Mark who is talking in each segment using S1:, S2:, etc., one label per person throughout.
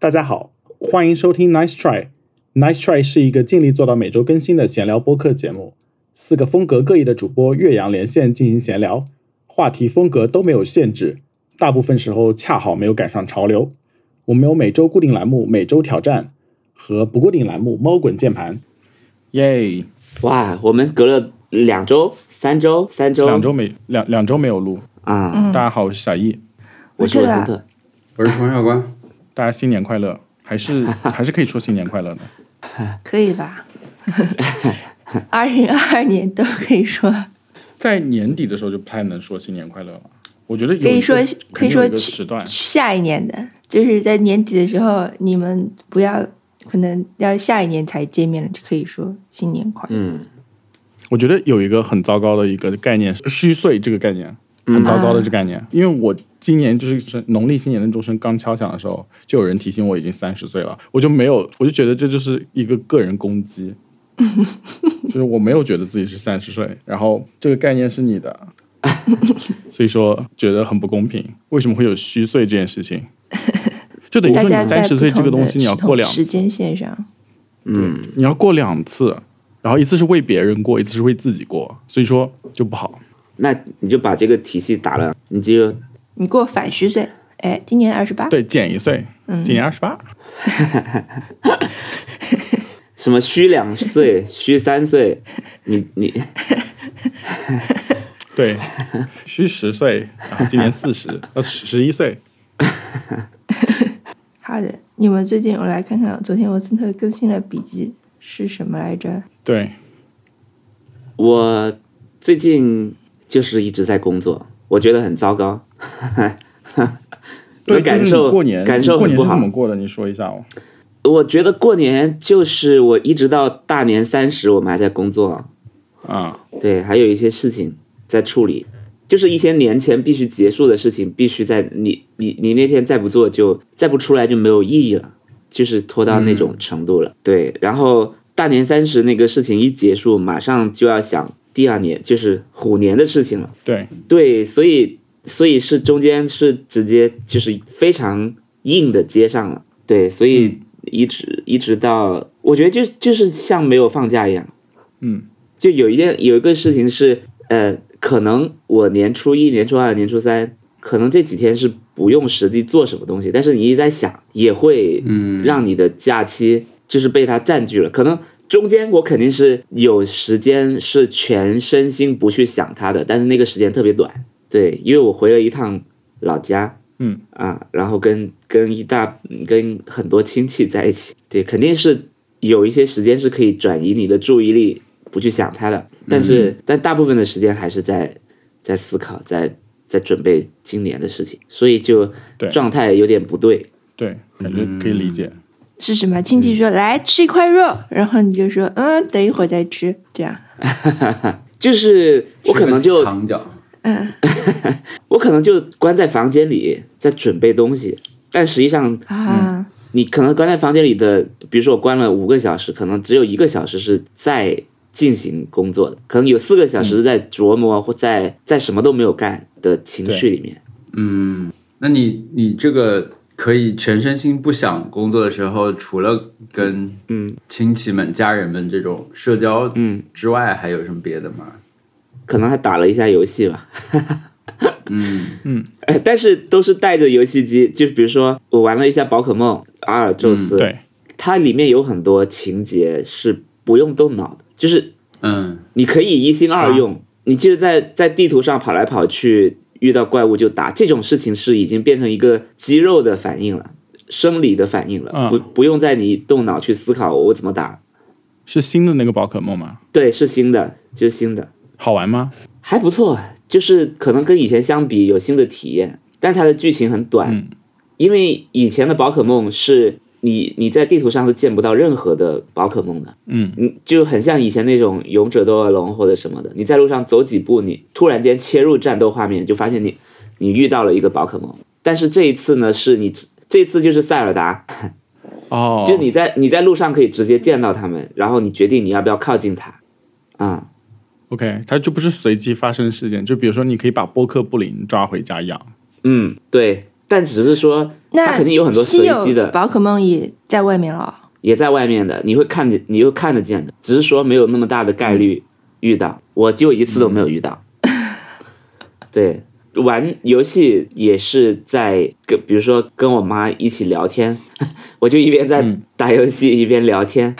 S1: 大家好，欢迎收听 Nice Try。Nice Try 是一个尽力做到每周更新的闲聊播客节目，四个风格各异的主播岳阳连线进行闲聊，话题风格都没有限制，大部分时候恰好没有赶上潮流。我们有每周固定栏目“每周挑战”和不固定栏目“猫滚键盘
S2: 耶！
S3: 哇，我们隔了两周、三周、三周，
S2: 两周没两两周没有录。
S4: 嗯
S3: 啊！
S2: 大家好，我是小易，
S3: 我是
S4: 我
S3: 文
S4: 觉得
S3: 森特，
S5: 我是黄小关，
S2: 大家新年快乐！还是还是可以说新年快乐的。
S4: 可以吧？二零二二年都可以说，
S2: 在年底的时候就不太能说新年快乐了。我觉得有
S4: 可
S2: 一
S4: 以
S2: 个
S4: 说可
S2: 肯
S4: 以说
S2: 定有一个
S4: 去
S2: 时段，
S4: 下一年的，就是在年底的时候，你们不要，可能要下一年才见面了，就可以说新年快乐。
S3: 嗯，
S2: 我觉得有一个很糟糕的一个概念，虚岁这个概念，
S4: 嗯
S2: 很糟糕的这个概念。因为我今年就是农历新年的钟声刚敲响的时候，就有人提醒我已经三十岁了，我就没有，我就觉得这就是一个个人攻 击，就是我没有觉得自己是三十岁，然后这个概念是你 的，所以说觉得很不公平。为什么会有虚岁这件事情？就等于
S4: 大
S2: 说你
S4: 家在
S2: 三十
S4: 不
S2: 岁这
S4: 同
S2: 个
S4: 的
S2: 东西，你要过两
S4: 时间线上，
S2: 你要过两次，然后一次是为别人过，一次是为自己过，所以说就不好。
S3: 那你就把这个体系打了，你就
S4: 你过反虚岁，哎，今年二十八，
S2: 对，减一岁，
S3: 嗯
S2: 今年二十八，
S3: 什么虚两岁、虚三岁，你你
S2: 对，虚十岁，然后今年四 十，呃，十一岁。
S4: 好的。你们最近我来看看，昨天文森特更新了笔记是什么来着？
S2: 对，
S3: 我最近就是一直在工作，我觉得很糟糕，
S2: 对，
S3: 我感
S2: 就是你
S3: 受
S2: 过年，
S3: 感受
S2: 你过
S3: 很
S2: 年
S3: 不
S2: 是
S3: 好
S2: 怎么过的？你说一下哦。
S3: 我觉得过年就是我一直到大年三十，我们还在工作，
S2: 啊，
S3: 对，还有一些事情在处理，就是一些年前必须结束的事情，必须在你你你那天再不做就再不出来就没有意义了，就是拖到那种程度了。对，然后大年三十那个事情一结束，马上就要想第二年，就是虎年的事情了。
S2: 对，
S3: 对，所以所以是中间是直接就是非常硬的接上了，对，所以一直、一直到我觉得就就是像没有放假一样，
S2: 嗯，
S3: 就有一件有一个事情是，呃，可能我年初一、年初二、年初三，可能这几天是不用实际做什么东西，但是你一直在想，也会
S5: 嗯，
S3: 让你的假期就是被它占据了。可能中间我肯定是有时间是全身心不去想它的，但是那个时间特别短。对，因为我回了一趟老家，
S2: 嗯
S3: 啊，然后跟跟一大跟很多亲戚在一起，对，肯定是有一些时间是可以转移你的注意力，不去想它的。但是、
S5: 嗯
S3: 但大部分的时间还是在在思考，在在准备今年的事情，所以就
S2: 对
S3: 状态有点不对。
S2: 对，感觉可以理解。
S4: 是什么？亲戚
S2: 嗯
S4: 说、来吃一块肉，然后你就说嗯，等一会儿再吃，这样。
S3: 就是我可能
S5: 是
S3: 就
S5: 个躺脚，
S4: 嗯，
S3: 我可能就关在房间里在准备东西，但实际上
S2: 嗯
S4: 啊，
S3: 你可能关在房间里的，比如说我关了五个小时，可能只有一个小时是在进行工作的，可能有四个小时是在琢磨或在在什么都没有干的情绪里面。
S5: 嗯，那你你这个可以全身心不想工作的时候，除了跟
S3: 嗯
S5: 亲戚们、家人们这种社交
S3: 嗯，
S5: 之外，还有什么别的吗？
S3: 可能还打了一下游戏吧。
S5: 嗯，
S3: 哎但是都是带着游戏机，就比如说我玩了一下宝可梦阿尔宙斯，
S2: 嗯对，
S3: 它里面有很多情节是不用动脑的，就是
S5: 嗯，
S3: 你可以一心二
S2: 啊
S3: 用，你就是在在地图上跑来跑去，遇到怪物就打，这种事情是已经变成一个肌肉的反应了，生理的反应
S2: 嗯
S3: 了，不不用再你动脑去思考我怎么打。
S2: 是新的那个宝可梦吗？
S3: 对，是新的，就是新的，
S2: 好玩吗？
S3: 还不错，啊就是可能跟以前相比有新的体验，但它的剧情很短，
S2: 嗯
S3: 因为以前的宝可梦是你你在地图上是见不到任何的宝可梦的。
S2: 嗯，
S3: 嗯，就很像以前那种勇者斗恶龙或者什么的，你在路上走几步，你突然间切入战斗画面，就发现你你遇到了一个宝可梦。但是这一次呢，是你这次就是塞尔达，
S2: 哦，
S3: 就你在你在路上可以直接见到他们，然后你决定你要不要靠近它。啊、
S2: OK，它就不是随机发生事件，就比如说你可以把波克布林抓回家养，
S3: 嗯，对。但只是说
S4: 那
S3: 它肯定有很多
S4: 稀
S3: 随
S4: 有
S3: 机的，
S4: 宝可梦也在外面了，
S3: 也在外面的，你会看见，你会看得见的，只是说没有那么大的概率遇到。我就一次都没有遇到。对，玩游戏也是在跟，比如说跟我妈一起聊天， 我就一边在
S2: 嗯
S3: 打游戏一边聊天。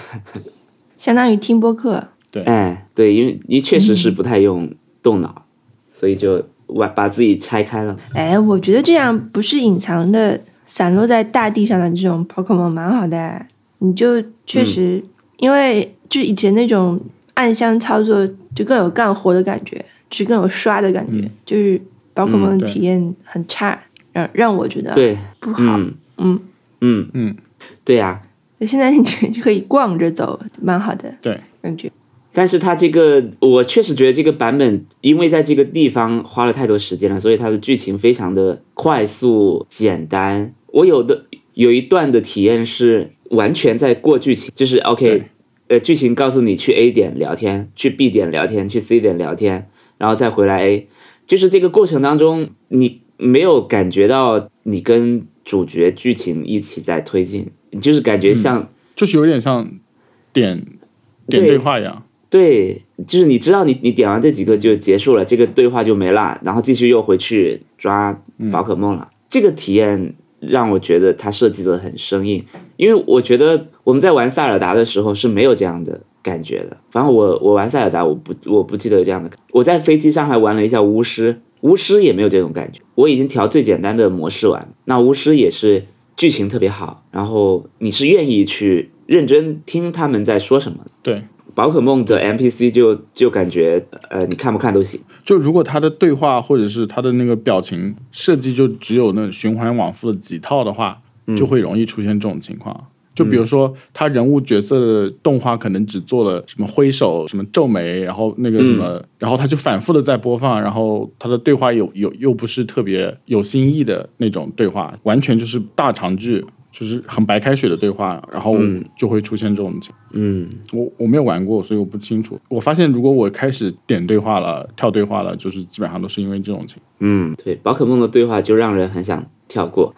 S4: 相当于听播客。
S3: 哎，对，因为你确实是不太用动脑，所以就玩把自己拆开了。
S4: 哎，我觉得这样不是隐藏的、散落在大地上的这种宝可梦蛮好的哎，你就确实、
S3: 嗯
S4: 因为就以前那种暗箱操作就更有干活的感觉，就是更有刷的感觉，
S2: 嗯
S4: 就是宝可梦
S2: 嗯
S4: 的
S2: 对
S4: 体验很差，让让我觉得
S3: 嗯对，
S4: 不好。
S3: 嗯
S4: 嗯
S3: 嗯
S2: 嗯，
S3: 对啊呀、
S4: 现在你就就可以逛着走，蛮好的
S2: 对，
S4: 感觉。
S3: 但是它这个，我确实觉得这个版本，因为在这个地方花了太多时间了，所以它的剧情非常的快速简单。我有的有一段的体验是完全在过剧情，就是 OK，
S2: 对
S3: 呃，剧情告诉你去 A 点聊天，去 B 点聊天，去 C 点聊天，然后再回来 A，就是这个过程当中，你没有感觉到你跟主角剧情一起在推进，就是感觉像
S2: 就是有点像点点
S3: 对
S2: 对话一样，
S3: 对，就是你知道你你点完这几个就结束了，这个对话就没啦，然后继续又回去抓宝可梦了。这个体验让我觉得它设计的很生硬，因为我觉得我们在玩塞尔达的时候是没有这样的感觉的。反正我我玩塞尔达，我不我不记得有这样的感。我在飞机上还玩了一下巫师，巫师也没有这种感觉。我已经调最简单的模式玩，那巫师也是剧情特别好，然后你是愿意去认真听他们在说什么的。
S2: 对。
S3: 宝可梦的 NPC 就就感觉呃，你看不看都行。
S2: 就如果他的对话或者是他的那个表情设计就只有那种循环往复的几套的话，就会容易出现这种情况。就比如说，他人物角色的动画可能只做了什么挥手、什么皱眉，然后那个什么，然后他就反复的在播放，然后他的对话有有又不是特别有新意的那种对话，完全就是大长句，就是很白开水的对话，然后就会出现这种情况
S3: 嗯，
S2: 我我没有玩过，所以我不清楚。我发现如果我开始点对话了、跳对话了，就是基本上都是因为这种情况。
S3: 嗯，对，宝可梦的对话就让人很想跳过。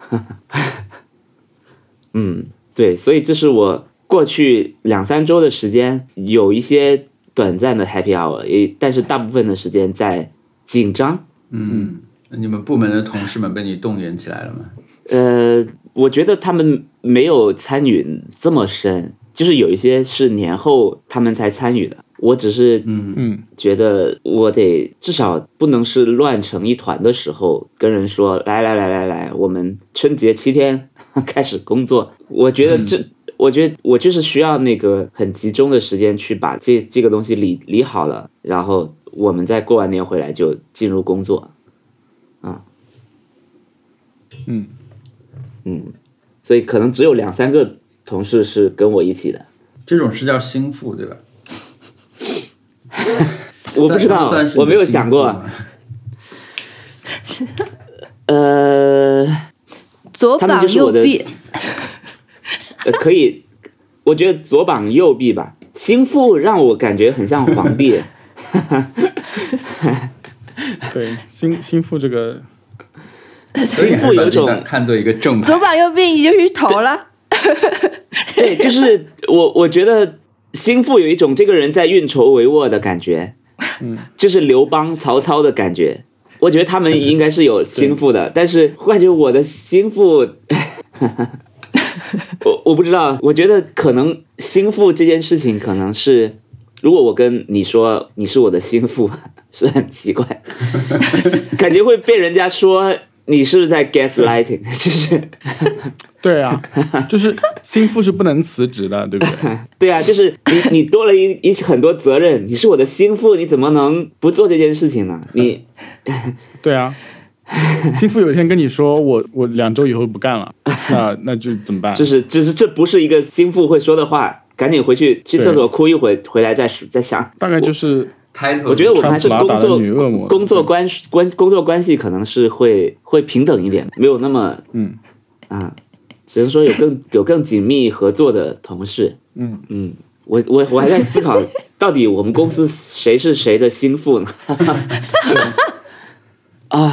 S3: 嗯，对，所以这是我过去两三周的时间，有一些短暂的 happy hour，也但是大部分的时间在紧张。
S5: 嗯，那你们部门的同事们被你动员起来了吗？
S3: 呃，我觉得他们没有参与这么深，就是有一些是年后他们才参与的。我只是
S5: 嗯，
S2: 嗯，
S3: 觉得我得至少不能是乱成一团的时候跟人说来来来来来，我们春节七天 开始工作。我觉得这，我觉得我就是需要那个很集中的时间去把这这个东西理理好了，然后我们再过完年回来就进入工作。啊，
S2: 嗯
S3: 嗯，所以可能只有两三个同事是跟我一起的，
S5: 这种是叫心腹对吧？
S3: 我不知道
S5: 算是你，的
S3: 我没有
S5: 心腹
S3: 想过。
S5: 吗
S3: 呃，
S4: 左
S3: 他们
S4: 膀
S3: 就是
S4: 右
S3: 我的
S4: 臂，
S3: 呃，可以，我觉得左膀右臂吧。心腹让我感觉很像皇帝，
S2: 对， 心心腹这个，
S5: 所以
S3: 心腹有种
S5: 你还把这看作一个正
S4: 左
S5: 派，
S4: 膀右臂你就是头了。
S3: 对，就是我我觉得心腹有一种这个人在运筹帷幄的感觉，嗯，就是刘邦、曹操的感觉。我觉得他们应该是有心腹的，但是我感觉我的心腹， 我我不知道，我觉得可能心腹这件事情可能是，如果我跟你说你是我的心腹， 是很奇怪，感觉会被人家说你是不是在 gaslighting，就是。
S2: 对 啊，就是心腹是不能辞职的，对不对？
S3: 对啊，就是你，你多了一一很多责任，你是我的心腹，你怎么能不做这件事情呢？你
S2: 对啊，心腹有一天跟你说我我两周以后不干了，那那就怎么办？
S3: 就是就是这不是一个心腹会说的话，赶紧回去去厕所哭一会，回来再说再想。
S2: 大概就是
S5: 开头
S3: 我觉得我们还是
S2: 穿普拉
S3: 工
S2: 达
S3: 作
S2: 的女恶魔
S3: 工作关系关工作关系可能是会会平等一点，没有那么
S2: 嗯
S3: 啊，只能说有更有更紧密合作的同事。
S2: 嗯
S3: 嗯，我我我还在思 考，到底我们公司谁是谁的心腹呢？ 啊，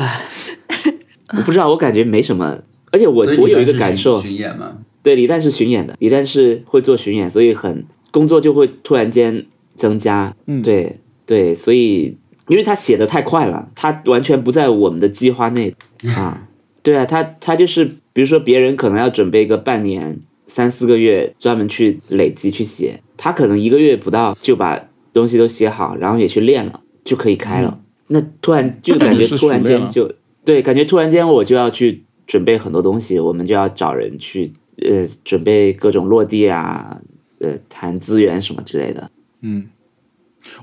S3: 我不知道，我感觉没什么而且我
S5: 所以
S3: 我
S5: 你
S3: 有一
S5: 当
S3: 个
S5: 时
S3: 感
S5: 巡
S3: 受，
S5: 巡演嘛，
S3: 对，李诞是巡演的，李诞是会做巡演，所以很工作就会突然间增加。
S2: 嗯
S3: 对对，所以因为他写的太快了，他完全不在我们的计划 内啊。对啊，他他就是，比如说别人可能要准备个半年、三四个月，专门去累积去写，他可能一个月不到就把东西都写好，然后也去练了，就可以开了。
S2: 嗯
S3: 那突然就感觉
S2: 是
S3: 突然
S2: 熟练
S3: 间
S2: 了
S3: 就对，感觉突然间我就要去准备很多东西，我们就要找人去呃准备各种落地啊，呃谈资源什么之类的。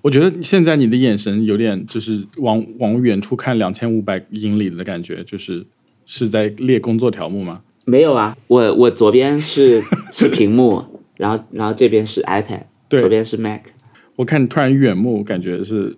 S2: 我觉得现在你的眼神有点就是往往远处看两千五百英里的感觉，就是是在列工作条目吗？
S3: 没有啊，我我左边是是屏幕， 然后然后这边是 iPad，
S2: 对
S3: 左边是 Mac。
S2: 我看你突然远目，感觉是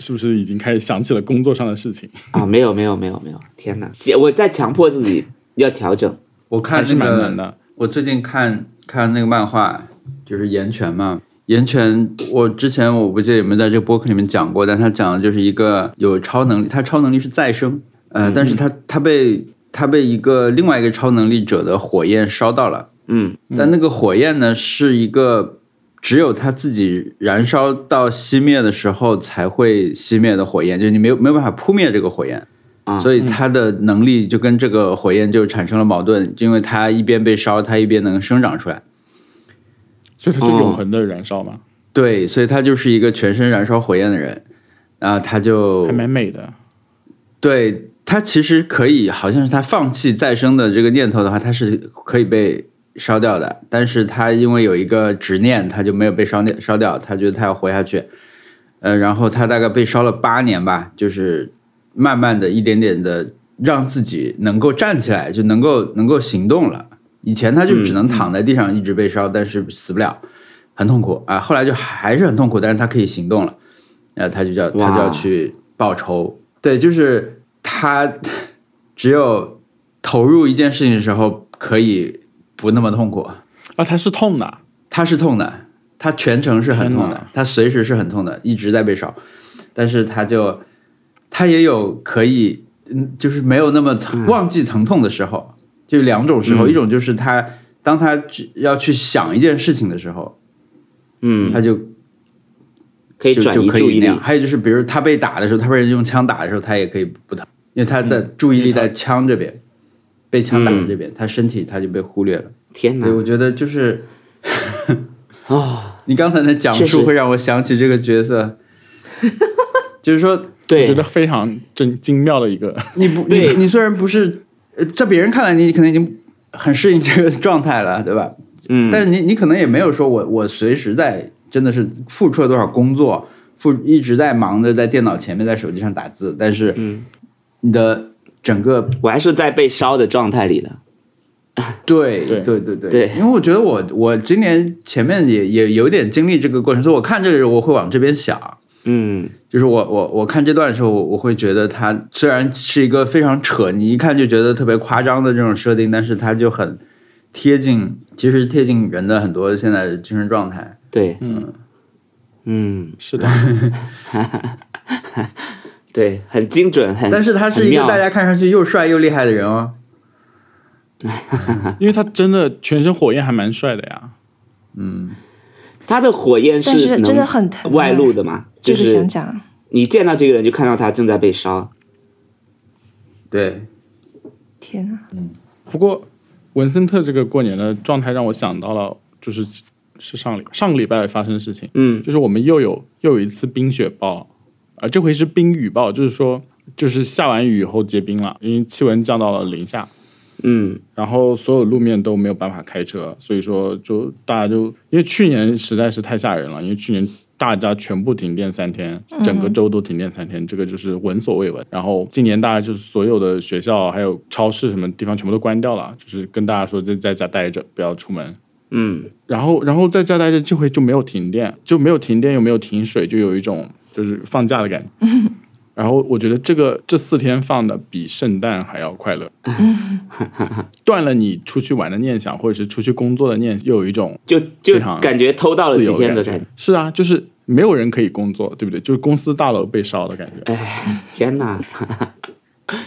S2: 是不是已经开始想起了工作上的事情？
S3: 啊，没有没有没有没有，天哪！写我在强迫自己要调整。
S5: 我
S2: 还
S5: 看
S2: 是
S5: 那
S2: 蛮
S5: 个
S2: 难的。
S5: 我最近看看那个漫画，就是《岩泉》嘛。岩泉，我之前我不记得有没有在这个播客里面讲过，但他讲的就是一个有超能力，他超能力是再生，呃，但是他他被他被一个另外一个超能力者的火焰烧到了，
S3: 嗯，
S5: 但那个火焰呢是一个只有他自己燃烧到熄灭的时候才会熄灭的火焰，就是你没有没有办法扑灭这个火焰。
S3: 啊
S5: 所以他的能力就跟这个火焰就产生了矛盾，因为他一边被烧，他一边能生长
S3: 嗯
S5: 出来。
S2: 所以它就
S3: 哦
S2: 永恒的燃烧嘛，
S5: 对，所以他就是一个全身燃烧火焰的人，啊，他就
S2: 还蛮美的。
S5: 对他其实可以，好像是他放弃再生的这个念头的话，他是可以被烧掉的。但是他因为有一个执念，他就没有被烧掉，烧掉，他觉得他要活下去。呃，然后他大概被烧了八年吧，就是慢慢的一点点的让自己能够站起来，就能够能够行动了。以前他就只能躺在地上一直被烧，但是死不了，很痛苦啊。后来就还是很痛苦，但是他可以行动了，呃，他就叫他就要
S3: 哇
S5: 去报仇。对，就是他只有投入一件事情的时候，可以不那么痛苦。
S2: 啊，它是痛的，
S5: 他是痛的，他全程是很痛
S2: 天
S5: 的
S2: 哪，
S5: 他随时是很痛的，一直在被烧，但是他就他也有可以，嗯，就是没有那么
S3: 嗯
S5: 疼忘记疼痛的时候，就两种时候，一种就是他当他去要去想一件事情的时候，
S3: 嗯，
S5: 他就
S3: 可以
S5: 就
S3: 转
S5: 就
S3: 移
S5: 可
S3: 注
S5: 以
S3: 意力
S5: 那样。还有就是，比如他被打的时候，他被人用枪打的时候，他也可以不疼，因为他的
S3: 嗯
S5: 注意力在枪这边，被枪打的这边，他身体他就被忽略了。
S3: 天哪
S5: 所以！我觉得就是
S3: 哦，
S5: 你刚才的讲
S3: 确实
S5: 述会让我想起这个角 色，就是说
S2: 我
S3: 对
S2: 觉，得非常精精妙的一个。
S5: 你不
S3: 对
S5: 你你虽然不是，呃在别人看来你可能已经很适应这个状态了，对吧？
S3: 嗯，
S5: 但是你你可能也没有说我我随时在真的是付出了多少工作，付一直在忙着在电脑前面在手机上打字，但是
S3: 嗯
S5: 你的整个
S3: 我还是在被烧的状态里的。
S5: 对
S2: 对
S5: 对对对
S3: 对
S5: 因为我觉得我我今年前面也也有点经历这个过程，所以我看这个时候我会往这边想，
S3: 嗯，
S5: 就是我我我看这段的时候，我我会觉得它虽然是一个非常扯，你一看就觉得特别夸张的这种设定，但是它就很贴近，其实贴近人的很多现在的精神状态。
S3: 对，
S2: 嗯，
S3: 嗯，
S2: 是的，
S3: 对，很精准，很
S5: 但是他是一
S3: 很妙
S5: 个大家看上去又帅又厉害的人哦。
S2: 因为它真的全身火焰还蛮帅的呀。
S3: 他的火焰
S4: 但是真的
S3: 能
S4: 很疼啊
S3: 外露的嘛，就
S4: 就是
S3: 是
S4: 想讲，
S3: 你见到这个人就看到他正在被烧。
S5: 对，
S4: 天啊，
S2: 不过文森特这个过年的状态让我想到了，就是是上礼上个礼拜发生的事情，
S3: 嗯
S2: 就是我们又有又有一次冰雪暴，啊、这回是冰雨暴，就是说就是下完雨以后结冰了，因为气温降到了零下，
S3: 嗯
S2: 然后所有路面都没有办法开车，所以说就大家就因为去年实在是太吓人了，因为去年大家全部停电三天，整个州都停电三天，这个就是闻所未闻。然后今年大家就是所有的学校还有超市什么地方全部都关掉了，就是跟大家说就在家待着，不要出门。
S3: 嗯，
S2: 然后，然后在家待着，这回就没有停电，就没有停电，又没有停水，就有一种就是放假的感觉。然后我觉得这个这四天放的比圣诞还要快乐，断了你出去玩的念想，或者是出去工作的念，又有一种
S3: 就就
S2: 非常
S3: 感觉偷到了
S2: 自
S3: 几
S2: 由
S3: 天的
S2: 感
S3: 觉。
S2: 是啊，就是没有人可以工作，对不对？就是公司大楼被烧的感觉。
S3: 天哪，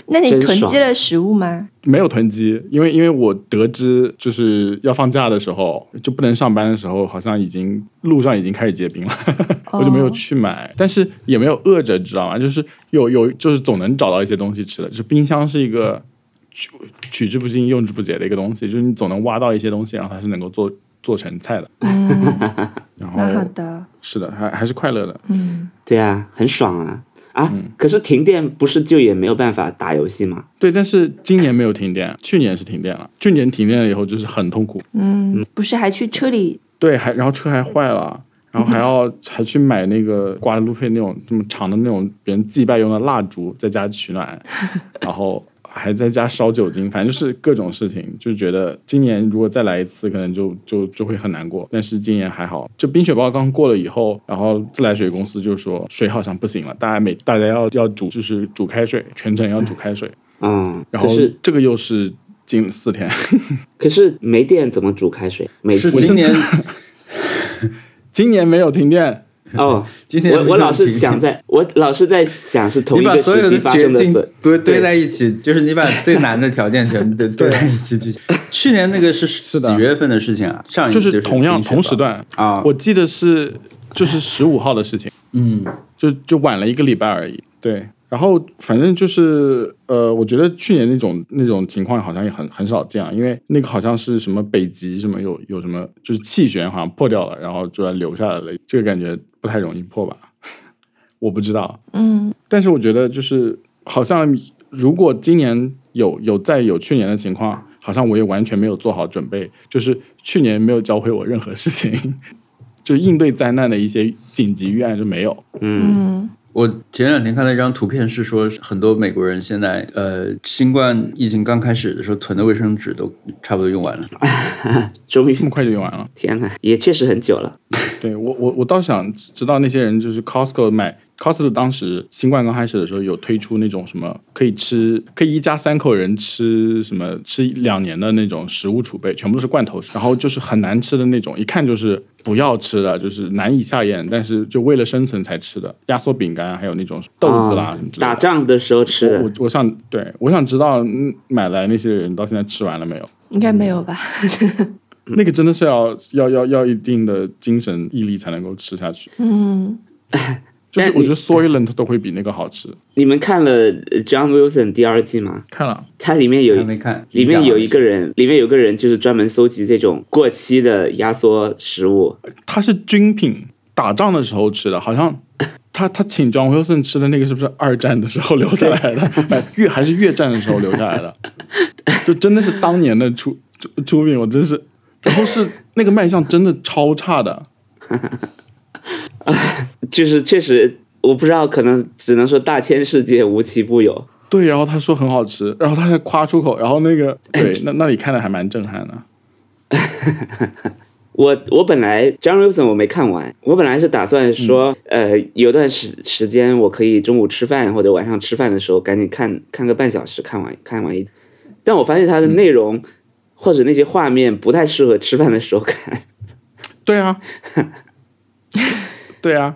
S4: 那你
S3: 真
S4: 囤积
S3: 爽
S4: 了食物吗？
S2: 没有囤积，因为因为我得知就是要放假的时候，就不能上班的时候，好像已经路上已经开始结冰了， 我就没有去买，但是也没有饿着，知道吗？就是有有就是总能找到一些东西吃的，就是冰箱是一个取取之不尽用之不竭的一个东西，就是你总能挖到一些东西，然后它是能够做做成菜的，然
S4: 蛮好
S2: 后
S4: 的，
S2: 是的，还还是快乐的，
S3: 对啊，很爽啊啊！可是停电不是就也没有办法打游戏吗？
S2: 对。但是今年没有停电，去年是停电了，去年停电了以后就是很痛苦，
S4: 嗯，不是还去车里
S2: 对，还然后车还坏了，然后还要还去买那个瓜卢佩那种这么长的那种别人祭拜用的蜡烛，在家取暖，然后还在家烧酒精，反正就是各种事情，就觉得今年如果再来一次，可能就就就会很难过。但是今年还好，就冰雪暴刚过了以后，然后自来水公司就说水好像不行了，大家每大家要要煮就是煮开水，全程要煮开水，
S3: 嗯，
S2: 然
S3: 可
S2: 后
S3: 是
S2: 这个又是近四天。
S3: 可是没电怎么煮开水？每
S5: 是
S3: 次
S5: 今年
S2: 今年没有停电，
S3: 哦，
S5: 今年
S3: 我我老是想在，我老是在想是同
S5: 你
S3: 一
S5: 把
S3: 个
S5: 所有
S3: 时期
S5: 的
S3: 发
S5: 绝
S3: 生的
S5: 境
S3: 事，
S5: 堆
S3: 对
S5: 堆在一起，就是你把最难的条件全部都堆在一起去。去年那个是是
S2: 的
S5: 几月份的事情啊？上一
S2: 就
S5: 次
S2: 是同样
S5: 冰雪
S2: 同时
S5: 吧
S2: 段
S5: 啊
S2: 我记得是就是十五号的事情，
S5: 嗯，
S2: 就就晚了一个礼拜而已。对，然后反正就是呃，我觉得去年那种那种情况好像也很很少见啊，因为那个好像是什么北极什么有有什么就是气旋好像破掉了，然后就要留下来了，这个感觉不太容易破吧？ 我不知道，
S4: 嗯，
S2: 但是我觉得就是好像如果今年有有再有去年的情况，好像我也完全没有做好准备，就是去年没有教会我任何事情， 就应对灾难的一些紧急预案就没有。
S3: 嗯，
S5: 我前两天看到一张图片，是说很多美国人现在呃，新冠疫情刚开始的时候囤的卫生纸都差不多用完了。
S3: 终于
S2: 这么快就用完了，
S3: 天呐，也确实很久了。
S2: 对我我我倒想知道那些人就是 Costco 买 Costco 当时新冠刚开始的时候有推出那种什么可以吃可以一家三口人吃什么吃两年的那种食物储备，全部都是罐头，然后就是很难吃的那种，一看就是不要吃的，就是难以下咽，但是就为了生存才吃的压缩饼干，啊还有那种豆子啦、
S3: 啊
S2: 什么之类
S3: 打
S2: 的。哦
S3: 仗的时候吃
S2: 我
S3: 的
S2: 我，我想对我想知道嗯买来那些人到现在吃完了没有？
S4: 应该没有吧？
S3: 嗯
S2: 那个真的是要要要要一定的精神毅力才能够吃下去。
S4: 嗯，
S2: 就是
S3: 但
S2: 我觉得 Soylent 都会比那个好吃。
S3: 你们看了呃 John Wilson 第二季吗？
S2: 看了，
S3: 它里面有
S5: 还没看，
S3: 里面有一
S5: 个
S3: 个人，里面有个人就是专门搜集这种过期的压缩食物，
S2: 它是军品，打仗的时候吃的，好 像他他请 John Wilson 吃的那个是不是二战的时候留下来 的？哎越还是越战的时候留下来 的？就真的是当年的出出出品，我真是。然后是那个卖相真的超差的，
S3: 就是确实我不知道，可能只能说大千世界无奇不有。
S2: 对，然后他说很好吃，然后他还夸出口，然后那个对，那那里看的还蛮震撼的。
S3: 我我本来 John Wilson 我没看完，我本来是打算说，呃，有段时时间我可以中午吃饭或者晚上吃饭的时候赶紧看看个半小时，看完看完一，但我发现它的内容、或者那些画面不太适合吃饭的时候看。
S2: 对 啊，对啊，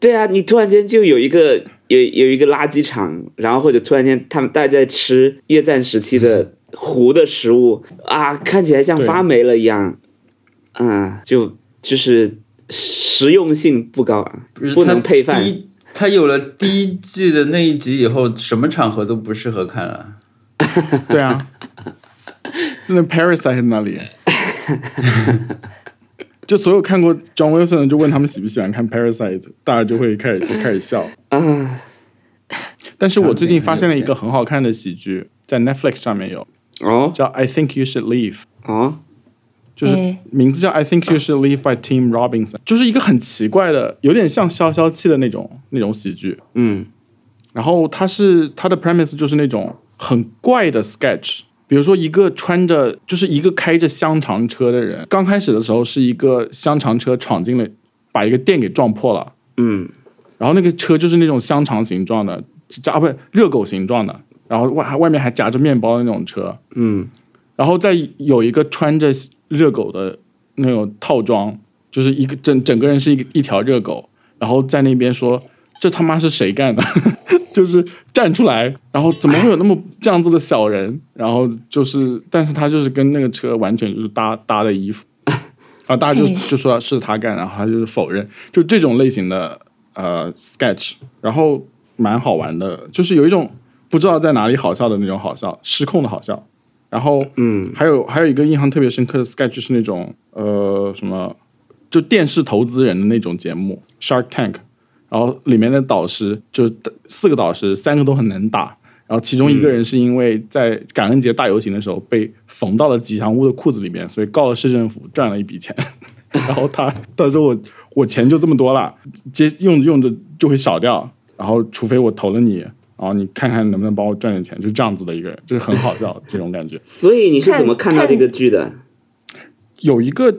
S3: 对啊，你突然间就有一个有有一个垃圾场，然后或者突然间他们大家在吃越战时期的糊的食物啊，
S4: 嗯
S3: 看起来像发霉了一样，嗯，就就是实用性不高啊，不能配饭。
S5: 他有了第一季的那一集以后，什么场合都不适合看了。
S2: 对啊，那 Parasite 那里， 就所有看过 John Wilson 的，就问他们喜不喜欢看 Parasite，大家就会开始开始笑。
S3: 啊，
S2: 但是我最近发现了一个很好看的喜剧，在 Netflix 上面有，
S3: 哦
S2: 叫《I Think You Should Leave》。
S3: 哦，
S2: 就是
S4: 哎
S2: 名字叫《I Think You Should Leave》by Tim Robinson，就是一个很奇怪的，有点像消消气的那种那种喜剧。
S3: 嗯
S2: 然后它是它的 premise 就是那种很怪的 sketch。比如说，一个穿着就是一个开着香肠车的人，刚开始的时候是一个香肠车闯进了，把一个店给撞破了，
S3: 嗯，
S2: 然后那个车就是那种香肠形状的，加啊不是热狗形状的，然后外还外面还夹着面包的那种车，
S3: 嗯，
S2: 然后再有一个穿着热狗的那种套装，就是一个整整个人是一个一条热狗，然后在那边说这他妈是谁干的？ 就是站出来，然后怎么会有那么这样子的小人？然后就是，但是他就是跟那个车完全就是搭搭的衣服，然后大家就
S6: 嘿
S2: 就说是他干，然后他就是否认，就这种类型的呃 sketch，然后蛮好玩的，就是有一种不知道在哪里好笑的那种好笑，失控的好笑。然后，
S3: 嗯，
S2: 还有还有一个印象特别深刻的 sketch 就是那种呃什么，就电视投资人的那种节目 Shark Tank，然后里面的导师就是四个导师，三个都很能打，然后其中一个人是因为在感恩节大游行的时候被缝到了吉祥物的裤子里面，所以告了市政府赚了一笔钱， 然后他他说我我钱就这么多了，接用着用着就会少掉，然后除非我投了你。然后你看看能不能帮我赚点钱，就这样子的一个人，就是很好笑这种感觉。
S3: 所以你是怎么看到
S4: 看
S3: 这个剧的？
S2: 有一个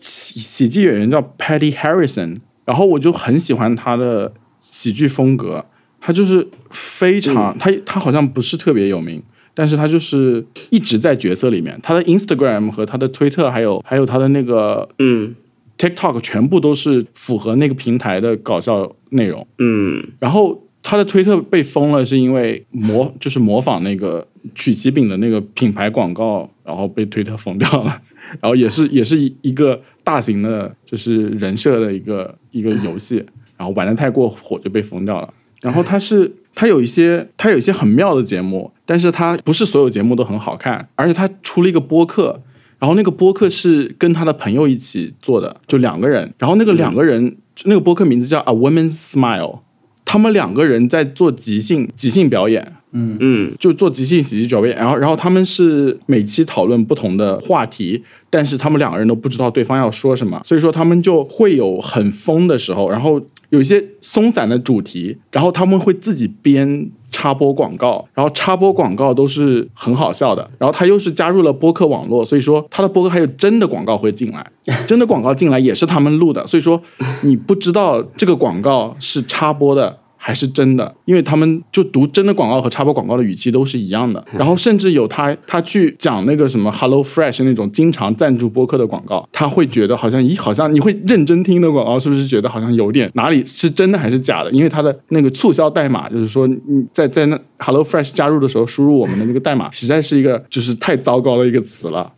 S2: 喜喜剧演员叫 Patty Harrison，然后我就很喜欢他的喜剧风格，他就是非常、他他好像不是特别有名，但是他就是一直在角色里面，他的 Instagram 和他的推特还有还有他的那个
S3: 嗯
S2: TikTok 全部都是符合那个平台的搞笑内容。
S3: 嗯
S2: 然后他的推特被封了，是因为模就是模仿那个曲奇饼的那个品牌广告，然后被推特封掉了。然后也是也是一一个大型的，就是人设的一个一个游戏，然后玩的太过火就被封掉了。然后它是它有一些它有一些很妙的节目，但是它不是所有节目都很好看，而且它出了一个播客，然后那个播客是跟他的朋友一起做的，就两个人，然后那个两个人、那个播客名字叫 A Woman's Smile，他们两个人在做即兴即兴表演，
S3: 嗯
S2: 就做即兴喜剧表演，然后然后他们是每期讨论不同的话题，但是他们两个人都不知道对方要说什么，所以说他们就会有很疯的时候，然后有一些松散的主题，然后他们会自己编。插播广告，然后插播广告都是很好笑的。然后他又是加入了播客网络，所以说他的播客还有真的广告会进来，真的广告进来也是他们录的。所以说你不知道这个广告是插播的还是真的，因为他们就读真的广告和插播广告的语气都是一样的。然后甚至有他他去讲那个什么 Hello Fresh 那种经常赞助播客的广告，他会觉得好像咦，好像你会认真听的广告，是不是觉得好像有点哪里是真的还是假的？因为他的那个促销代码就是说你在在那 Hello Fresh 加入的时候输入我们的那个代码，实在是一个就是太糟糕的一个词了。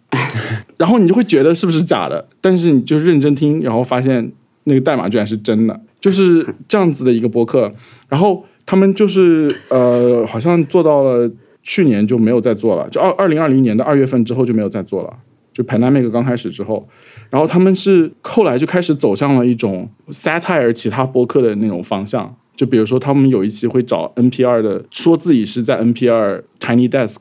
S2: 然后你就会觉得是不是假的，但是你就认真听，然后发现那个代码居然是真的，就是这样子的一个播客。然后他们就是呃，好像做到了去年就没有再做了，就二二零二零年的二月份之后就没有再做了，就 pandemic 刚开始之后。然后他们是后来就开始走向了一种 satire 其他播客的那种方向，就比如说他们有一期会找 NPR 的，说自己是在 NPR Tiny Desk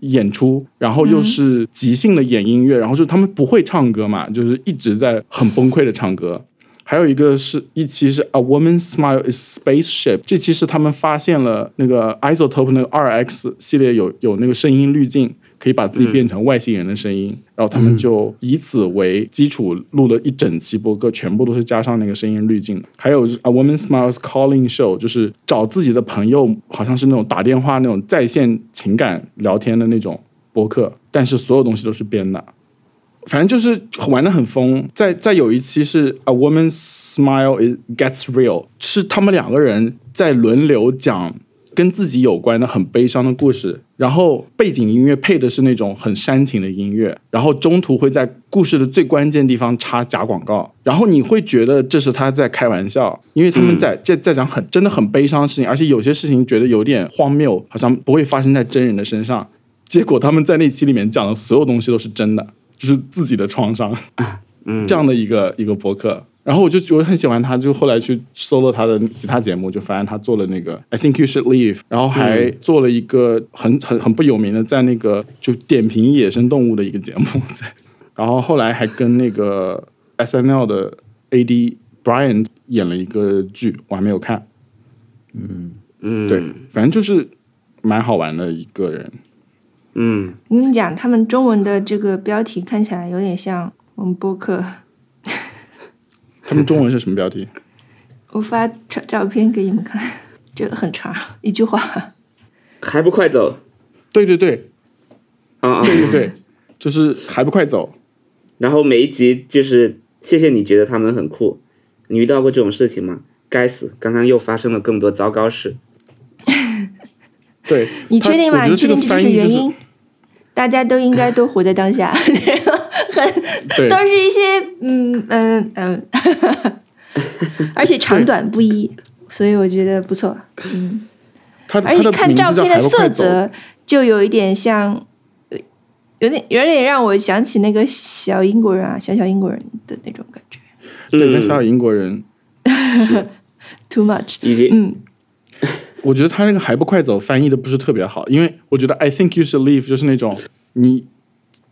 S2: 演出，然后又是即兴的演音乐，然后就是他们不会唱歌嘛，就是一直在很崩溃的唱歌。还有一个是一期是 A Woman's Smile is Spaceship，这期是他们发现了那个 Isotope 那个 RX 系列有有那个声音滤镜，可以把自己变成外星人的声音，然后他们就以此为基础录了一整期播客，全部都是加上那个声音滤镜的。还有就是 A Woman's Smile is Calling Show，就是找自己的朋友，好像是那种打电话那种在线情感聊天的那种播客，但是所有东西都是编的。反正就是玩的很疯。再再有一期是 A Woman's Smile It Gets Real，是他们两个人在轮流讲跟自己有关的很悲伤的故事，然后背景音乐配的是那种很煽情的音乐，然后中途会在故事的最关键地方插假广告，然后你会觉得这是他在开玩笑，因为他们在在在讲很真的很悲伤的事情，而且有些事情觉得有点荒谬，好像不会发生在真人的身上。结果他们在那期里面讲的所有东西都是真的，就是自己的创伤，
S3: 啊嗯
S2: 这样的一个一个博客。然后我就我很喜欢他，就后来去搜了他的其他节目，就发现他做了那个 I think you should
S3: 嗯
S2: leave，然后还做了一个很很很不有名的，在那个就点评野生动物的一个节目， 在，然后后来还跟那个 S N L 的 A D Brian 演了一个剧，我还没有看。
S3: 嗯，
S2: 对，反正就是蛮好玩的一个人。
S3: 嗯，
S4: 我跟你讲，他们中文的这个标题看起来有点像我们播客。
S2: 他们中文是什么标题？
S4: 我发照照片给你们看，就很长一句话。
S3: 还不快走
S2: 对对对，
S3: 啊啊！
S4: 嗯
S2: 对对对，就是还不快走。
S3: 然后每一集就是谢谢你觉得他们很酷，你遇到过这种事情吗？该死，刚刚又发生了更多糟糕事。
S2: 对，
S4: 你
S2: 他
S4: 确定吗？
S2: 我觉
S4: 你
S2: 得
S4: 确
S2: 这个
S4: 定这就
S2: 翻
S4: 是
S2: 译
S4: 原
S2: 就是
S4: 因？大家都应该多活在当下， 很
S2: 对
S4: 都是一些嗯嗯嗯， 而且长短不一，所以我觉得不错。
S2: 他
S4: 而
S2: 他
S4: 且
S2: 的
S4: 看
S2: 名字
S4: 照
S2: 叫
S4: 片
S2: 海
S4: 的
S2: 洛
S4: 色
S2: 快走，
S4: 泽就有一点像，有点有点让我想起那个小英国人啊，小小英国人的那种感觉。
S2: 对，跟
S3: 嗯
S2: 小小英国人。
S4: Too much，
S3: 已经
S4: 嗯，
S2: 我觉得他那个“还不快走”翻译的不是特别好，因为我觉得 “I think you should leave” 就是那种你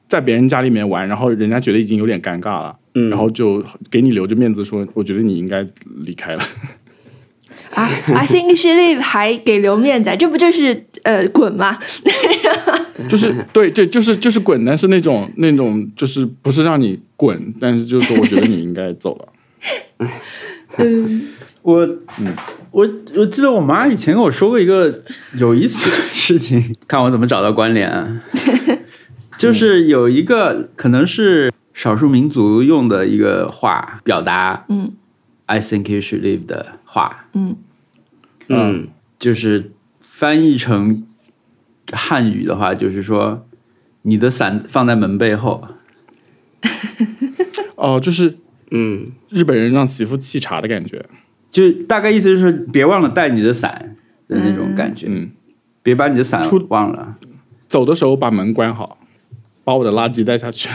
S2: 在别人家里面玩，然后人家觉得已经有点尴尬了，
S3: 嗯
S2: 然后就给你留着面子说，我觉得你应该离开了。
S4: 啊，I think she leave 还给留面子啊，这不就是呃 滚吗？
S2: 就是对对，就是就是滚，但是那种那种就是不是让你滚，但是就是说我觉得你应该走了。
S4: 嗯，
S5: 我，我我记得我妈以前跟我说过一个有意思的事情， 看我怎么找到关联、 啊。就是有一个可能是少数民族用的一个话表达，
S4: 嗯
S5: ，I think you should leave 的话，
S3: 嗯
S5: 就是翻译成汉语的话，就是说你的伞放在门背后。
S2: 哦，就是
S3: 嗯
S2: 日本人让媳妇沏茶的感觉。
S5: 就大概意思就是别忘了带你的伞的那种感觉，
S2: 嗯，
S5: 别把你的伞
S2: 出
S5: 忘了。
S2: 走的时候把门关好，把我的垃圾带下去。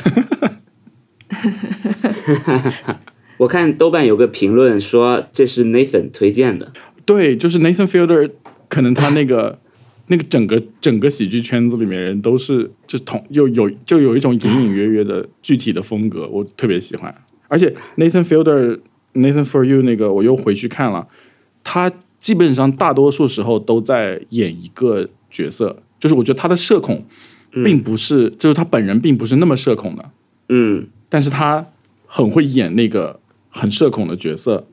S3: 我看豆瓣有个评论说这是 Nathan 推荐的，
S2: 对，就是 Nathan Fielder，可能他那个 那个整个整个喜剧圈子里面人都是就同又有就有一种隐隐约约的具体的风格，我特别喜欢。而且 Nathan Fielder Nathan for You 那个我又回去看了，他基本上大多数时候都在演一个角色，就是我觉得他的社恐并不是，就是他本人并不是那么社恐的，
S3: 嗯
S2: 但是他很会演那个很社恐的角色。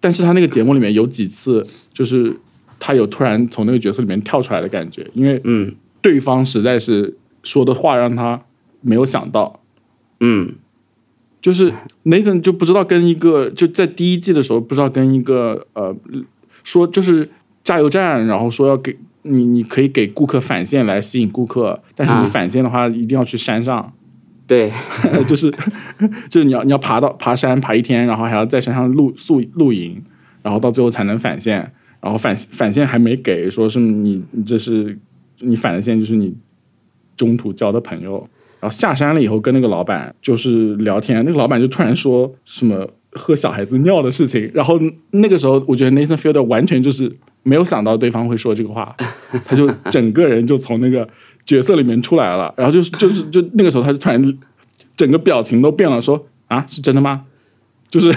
S2: 但是他那个节目里面有几次，就是他有突然从那个角色里面跳出来的感觉，因为
S3: 嗯
S2: 对方实在是说的话让他没有想到，
S3: 嗯
S2: 就是 Nathan 就不知道跟一个就在第一季的时候不知道跟一个呃说就是加油站，然后说要给你你可以给顾客返现来吸引顾客，但是你
S3: 啊
S2: 返现的话一定要去山上，
S3: 对，
S2: 呃就是 就是你要你要爬到爬山爬一天，然后还要在山上露宿露营，然后到最后才能返现，然后返返现还没给，说是你你这是你返的现就是你中途交的朋友，然后下山了以后跟那个老板就是聊天，那个老板就突然说什么喝小孩子尿的事情，然后那个时候我觉得 Nathan Fielder 完全就是没有想到对方会说这个话，他就整个人就从那个角色里面出来了，然后就是就是就那个时候他就突然整个表情都变了，说啊是真的吗？就是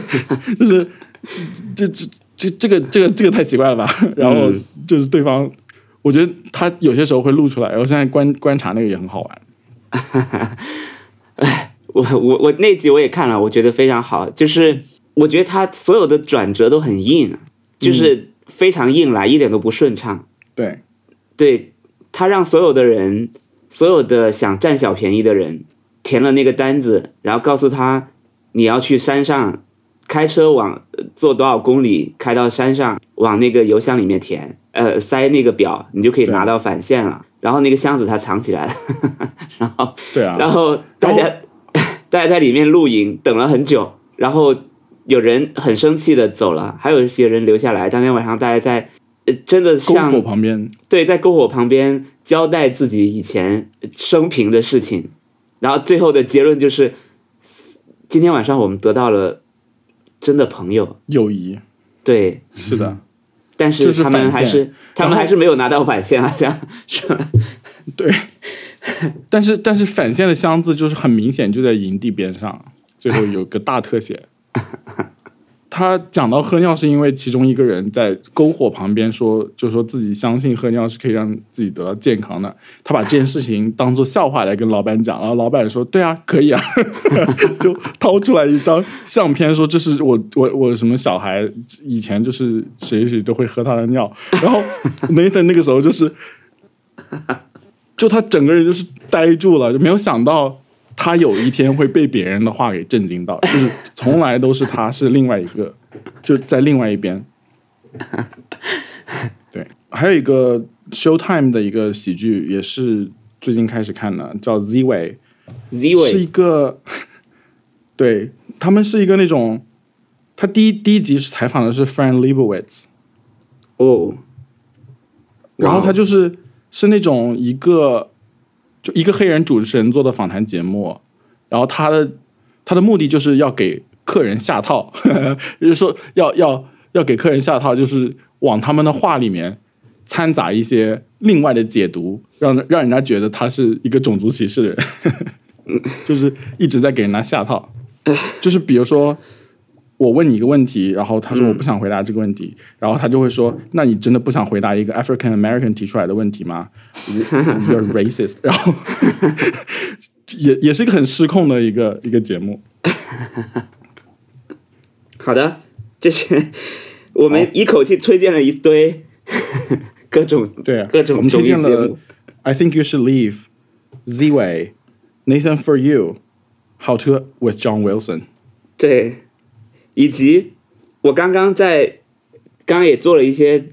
S2: 就是这这这这个这个这个太奇怪了吧？然后
S3: 嗯
S2: 就是对方，我觉得他有些时候会露出来，然后现在观观察那个也很好玩。
S3: 我我我那集我也看了，我觉得非常好，就是我觉得他所有的转折都很硬，就是非常硬来，一点都不顺畅。
S2: 对，
S3: 对他让所有的人，所有的想占小便宜的人填了那个单子，然后告诉他你要去山上，开车往呃坐多少公里开到山上，往那个邮箱里面填， 呃，塞那个表，你就可以
S2: 对
S3: 拿到返现了。然后那个箱子他藏起来了， 然后
S2: 对啊，
S3: 然后大家 大家在里面露营，等了很久，然后有人很生气的走了，还有一些人留下来。当天晚上大家在，呃、真的
S2: 篝火
S3: 像
S2: 旁边，
S3: 对，在篝火旁边交代自己以前生平的事情，然后最后的结论就是，今天晚上我们得到了真的朋友，
S2: 友谊
S3: 对，
S2: 是的，
S3: 但
S2: 就是是
S3: 他们
S2: 返
S3: 还
S2: 现
S3: 是他
S2: 然
S3: 们
S2: 后
S3: 还是没有拿到返现啊，这样 是吧？
S2: 对。但是但是返现的箱子就是很明显就在营地边上，最后有个大特写。他讲到喝尿是因为其中一个人在篝火旁边说，就说自己相信喝尿是可以让自己得到健康的。他把这件事情当做笑话来跟老板讲，然后老板说：“对啊，可以啊。” 就掏出来一张相片，说这是我我我什么小孩以前就是谁谁谁都会喝他的尿。然后 Nathan 那个时候就是就他整个人就是呆住了，就没有想到他有一天会被别人的话给震惊到，就是从来都是他是另外一个就在另外一边。对，还有一个 Showtime 的一个喜剧，也是最近开始看的，叫 Z Way，
S3: Z
S2: 是一
S3: 位
S2: 个， 对他们是一个那种，他第一第一集是采访的是 Fran Lebowitz，
S3: 哦，
S2: 然后
S3: 哇
S2: 他就是是那种一个就一个黑人主持人做的访谈节目，然后他的他的目的就是要给客人下套， 就是说要要要给客人下套，就是往他们的话里面掺杂一些另外的解读，让让人家觉得他是一个种族歧视的人， 就是一直在给人家下套，就是比如说。我问你一个问题，然后他说我不想回答这个问题，然后他就会说：“那你真的不想回答一个 African American 提出来的问题吗？You're racist。”然 后也也是一个很失控的一个一个节目。
S3: 好的，这是我们一口气推荐了一堆 各种
S2: 对啊
S3: 各
S2: 我
S3: 种
S2: 们推
S3: 综艺节
S2: 荐了
S3: 目。
S2: I think you should leave, Z Way, Nathan for you, How to with John Wilson。
S3: 对，以及我刚刚在刚刚也做了一些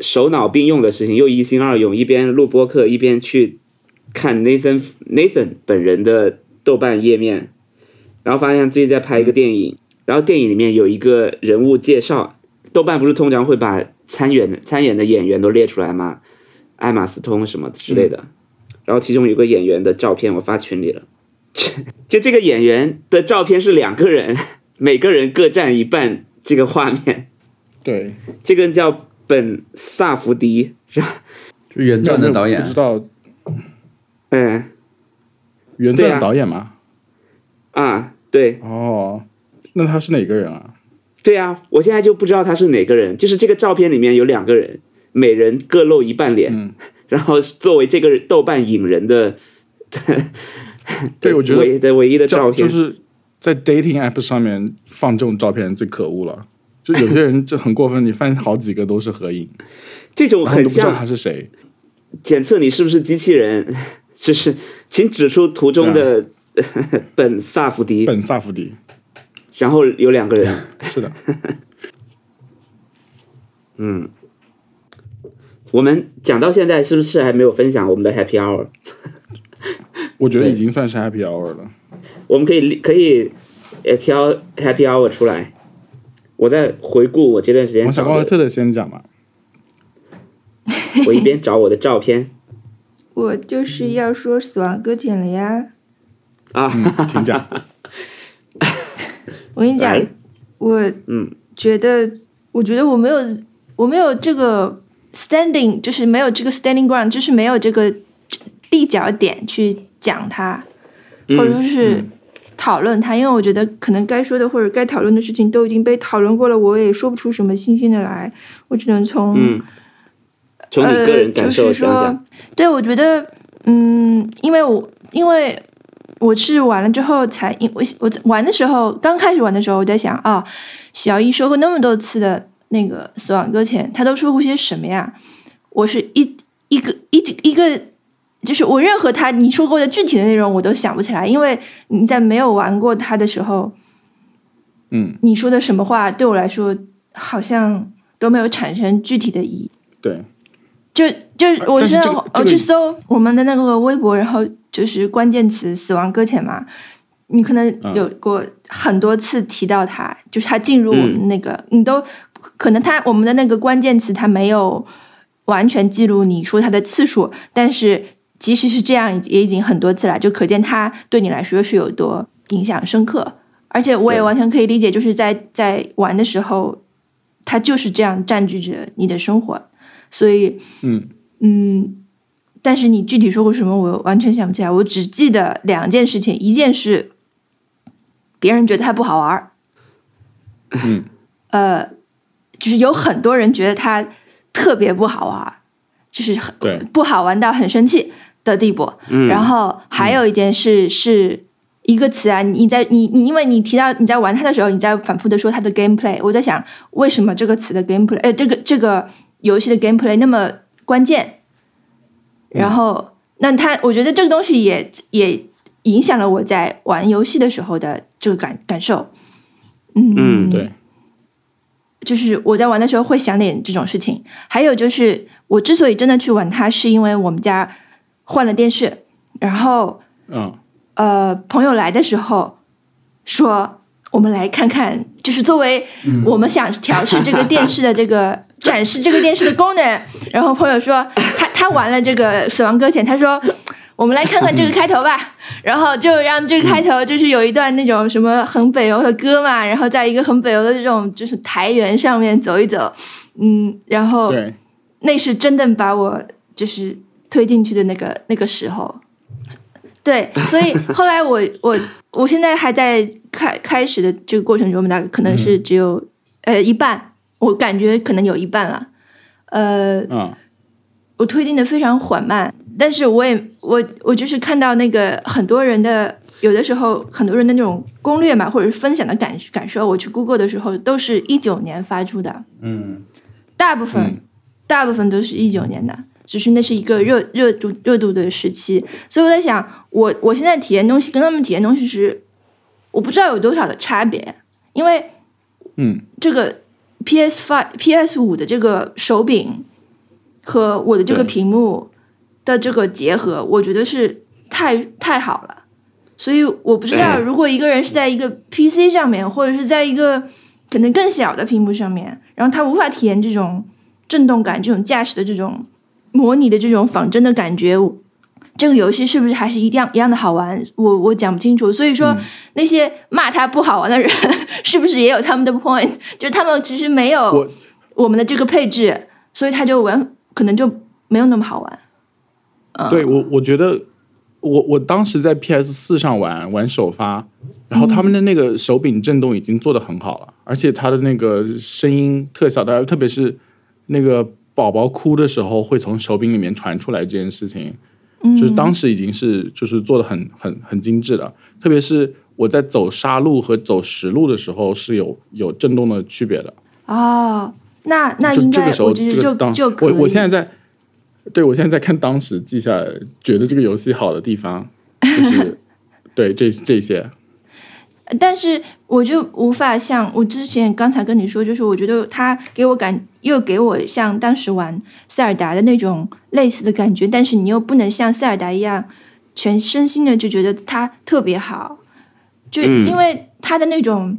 S3: 手脑并用的事情，又一心二用，一边录播客一边去看 Nathan Nathan 本人的豆瓣页面，然后发现他最近在拍一个电影，然后电影里面有一个人物介绍，豆瓣不是通常会把参演的参演的演员都列出来吗？艾玛斯通什么之类的，然后其中有个演员的照片我发群里了。 就这个演员的照片是两个人，每个人各占一半这个画面，
S2: 对，
S3: 这个人叫本萨福迪，
S5: 是原作的导演
S2: 不知道
S3: 嗯
S2: 原作
S3: 对
S2: 的
S3: 啊
S2: 导演吗？
S3: 啊，对
S2: 哦，那他是哪个人啊？
S3: 对啊，我现在就不知道他是哪个人，就是这个照片里面有两个人，每人各露一半脸，
S2: 嗯
S3: 然后作为这个豆瓣影人的，
S2: 对，我觉得
S3: 唯的唯一的照
S2: 照
S3: 片，
S2: 就是在 dating app 上面放这种照片最可恶了。就有些人就很过分，你翻好几个都是合影，
S3: 这种
S2: 然后你
S3: 很
S2: 都不知道
S3: 像
S2: 他是谁。
S3: 检测你是不是机器人，就是请指出图中的本萨福迪，
S2: 本萨福迪
S3: 然后有两个人。
S2: 是的，
S3: 嗯，我们讲到现在是不是还没有分享我们的 Happy Hour？
S2: 我觉得已经算是 happy hour 了。
S3: 我们可以可以呃挑 Happy Hour 出来。我在回顾我这段时
S2: 我
S3: 间
S2: 们小
S3: 找
S2: 光和
S3: 的，
S2: 特特先讲吧。
S3: 我一边找我的照片
S4: 我就是要说死亡搁浅了呀！
S3: 啊，
S2: 嗯，请讲。
S4: 我跟你讲
S3: 来，
S4: 我
S3: 嗯
S4: 觉得，我觉得我没有，我没有这个 standing，就是没有这个 standing ground，就是没有这个立脚点去讲它，
S3: 嗯
S4: 或者说是讨论它，因为我觉得可能该说的或者该讨论的事情都已经被讨论过了，我也说不出什么新鲜的来，我只能从、
S3: 嗯，从你个人感受
S4: 呃就是、
S3: 讲
S4: 说
S3: 讲，，
S4: 对，我觉得，嗯，因为我因为我是玩了之后才，因我我玩的时候，刚开始玩的时候，我在想啊、小一说过那么多次的那个死亡搁浅，他都说过些什么呀？我是一一个一一个。就是我任何他你说过的具体的内容我都想不起来，因为你在没有玩过他的时候，
S2: 嗯，
S4: 你说的什么话对我来说好像都没有产生具体的意义。
S2: 对，
S4: 就就是我
S2: 呃但是
S4: 现在
S2: 这个
S4: 我
S2: 这个
S4: 去搜我们的那个微博，然后就是关键词“死亡搁浅”嘛，你可能
S2: 嗯
S4: 有过很多次提到它，就是它进入我
S2: 嗯
S4: 们那个，你都可能它我们的那个关键词它没有完全记录你说它的次数，但是即使是这样，也已经很多次了，就可见它对你来说是有多影响深刻。而且我也
S3: 对
S4: 完全可以理解，就是在在玩的时候，它就是这样占据着你的生活，所以
S2: 嗯
S4: 嗯，但是你具体说过什么，我完全想不起来。我只记得两件事情，一件是别人觉得它不好玩儿，
S2: 嗯，
S4: 呃，就是有很多人觉得它特别不好玩儿，就是很
S2: 对
S4: 不好玩到很生气的地步。
S3: 嗯，
S4: 然后还有一件事是一个词啊，你在你你因为你提到你在玩它的时候，你在反复的说它的 gameplay，我在想为什么这个词的 gameplay，呃，这个这个游戏的 gameplay 那么关键，然后那它我觉得这个东西也也影响了我在玩游戏的时候的这个感感受，嗯
S3: 嗯
S2: 对，
S4: 就是我在玩的时候会想点这种事情。还有就是，我之所以真的去玩它，是因为我们家换了电视，然后
S2: 嗯，
S4: 呃，朋友来的时候说，我们来看看，就是作为我们想调试这个电视的这个展示这个电视的功能。然后朋友说，他他玩了这个《死亡搁浅》，他说。我们来看看这个开头吧，然后就让这个开头就是有一段那种什么很北欧的歌嘛，然后在一个很北欧的这种就是台原上面走一走，嗯，然后
S2: 对，
S4: 那是真正把我就是推进去的那个那个时候。对，所以后来我我我现在还在开开始的这个过程中，大概可能是只有、呃一半，我感觉可能有一半了。呃，
S2: 嗯
S4: 我推进的非常缓慢，但是我也我我就是看到那个很多人的有的时候很多人的那种攻略嘛，或者是分享的感感受，我去 Google 的时候都是一九年发出的，
S5: 嗯，
S4: 大部分、
S2: 嗯
S4: 大部分都是一九年的，只是那是一个热热度热度的时期，所以我在想，我我现在体验东西跟他们体验东西是，我不知道有多少的差别，因为
S2: 嗯，
S4: 这个 PS Five、PS 五的这个手柄和我的这个
S2: 对
S4: 屏幕的这个结合，我觉得是太太好了。所以我不知道，
S3: 对
S4: 如果一个人是在一个 PC 上面，或者是在一个可能更小的屏幕上面，然后他无法体验这种震动感、这种驾驶的这种模拟的这种仿真的感觉，我这个游戏是不是还是一样一样的好玩？我我讲不清楚。所以说，那些骂它不好玩的人， 是不是也有他们的 point？就是他们其实没有
S2: 我
S4: 我们的这个配置，所以他就玩可能就没有那么好玩。
S2: 对我我觉得我我当时在 PS 四上玩玩首发，然后他们的那个手柄震动已经做得很好了，而且它的那个声音特效，大家特别是那个宝宝哭的时候会从手柄里面传出来这件事情，就是当时已经是就是做的很很很精致的，特别是我在走沙路和走实路的时候是有有震动的区别的。
S4: 哦，那那
S2: 就
S4: 应
S2: 这
S4: 该
S2: 个时
S4: 我
S2: 候，这
S4: 觉得
S2: 个
S4: 就
S2: 当
S4: 就可以。
S2: 我我现在在，对我现在在看当时记下来，觉得这个游戏好的地方就是 对这这些，
S4: 但是我就无法像我之前刚才跟你说，就是我觉得它给我感又给我像当时玩塞尔达的那种类似的感觉，但是你又不能像塞尔达一样全身心的就觉得它特别好，就
S3: 嗯
S4: 因为它的那种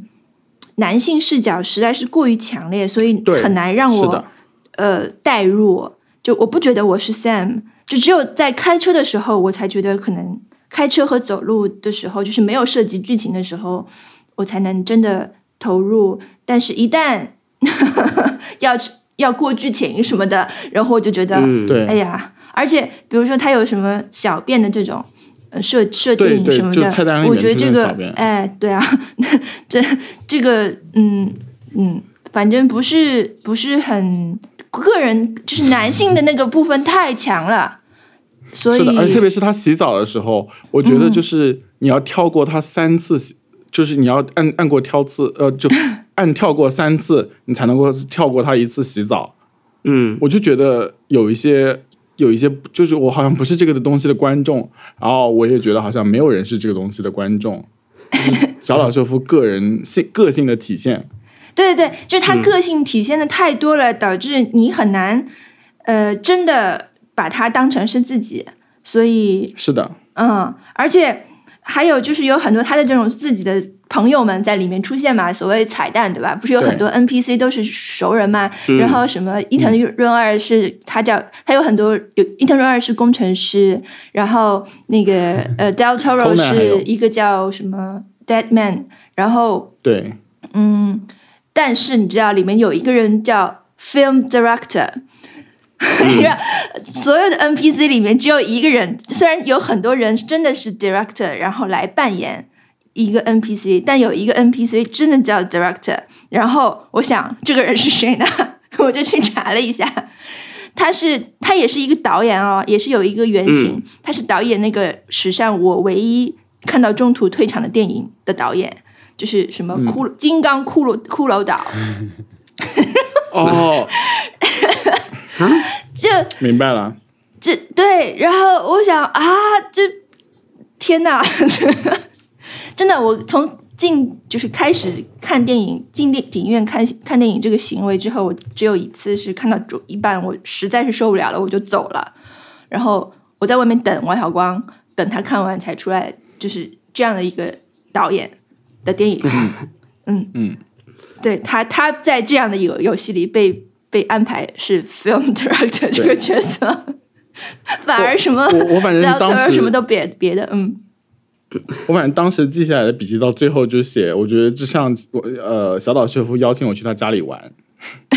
S4: 男性视角实在是过于强烈，所以
S2: 对
S4: 很难让
S2: 是
S4: 我
S2: 的，
S4: 呃代入，就我不觉得我是 Sam，就只有在开车的时候，我才觉得可能开车和走路的时候，就是没有涉及剧情的时候，我才能真的投入。但是，一旦 要要过剧情什么的，然后我就觉得，
S3: 嗯，
S2: 对
S4: 哎呀，而且比如说它有什么小便的这种。呃设设
S2: 对
S4: 定
S2: 对
S4: 什么的，
S2: 就是菜单里
S4: 我
S2: 面
S4: 觉得
S2: 出
S4: 这
S2: 现
S4: 个
S2: 小便，
S4: 哎，对啊， 这这个，嗯嗯，反正不是不是很个人，就是男性的那个部分太强了，所以嗯
S2: 是的，而且特别是他洗澡的时候，我觉得就是你要跳过他三次洗，就是你要按按过挑次，呃，就按跳过三次，你才能够跳过他一次洗澡。
S3: 嗯，
S2: 我就觉得有一些。有一些就是我好像不是这个东西的观众，然后我也觉得好像没有人是这个东西的观众，就是小岛秀夫个人性个性的体现。
S4: 对对对，就是
S2: 嗯
S4: 他个性体现的太多了，导致你很难呃真的把他当成是自己，所以
S2: 是的，
S4: 嗯，而且还有就是有很多他的这种自己的朋友们在里面出现嘛，所谓彩蛋对吧？不是有
S2: 对嗯
S4: 很多 NPC 都是熟人嘛？然后什么伊藤润二是他叫他有很多有伊藤润二是工程师，然后那个呃 Del Toro
S2: Conan 还有
S4: 是一个叫什么 Dead Man，然后
S2: 对，
S4: 嗯，但是你知道里面有一个人叫 Film Director，所有的 NPC 里面只有一个人，虽然有很多人真的是 director，然后来扮演一个 NPC，但有一个 NPC 真的叫 director。然后我想这个人是谁呢？ 我就去查了一下，他是他也是一个导演哦，也是有一个原型，他是导演那个史上我唯一看到中途退场的电影的导演，就是什么骷髅、金刚骷髅骷髅岛，
S2: 哦，
S4: 就
S2: 明白了，
S4: 这对，然后 我想啊，这天哪，真的，我从进就是开始看电影，进电影院看看电影这个行为之后，我只有一次是看到主一半，我实在是受不了了，我就走了。然后我在外面等王小光，等他看完才出来，就是这样的一个导演 的电影。嗯
S2: 嗯，
S4: 对他，他在这样的游游戏里被被安排是 film director 这个角色， 反而什么
S2: 我我反正
S4: director
S2: 当时
S4: 什么都别别的，嗯。
S2: 我反正当时记下来的笔记到最后就写，我觉得就像我呃小岛秀夫邀请我去他家里玩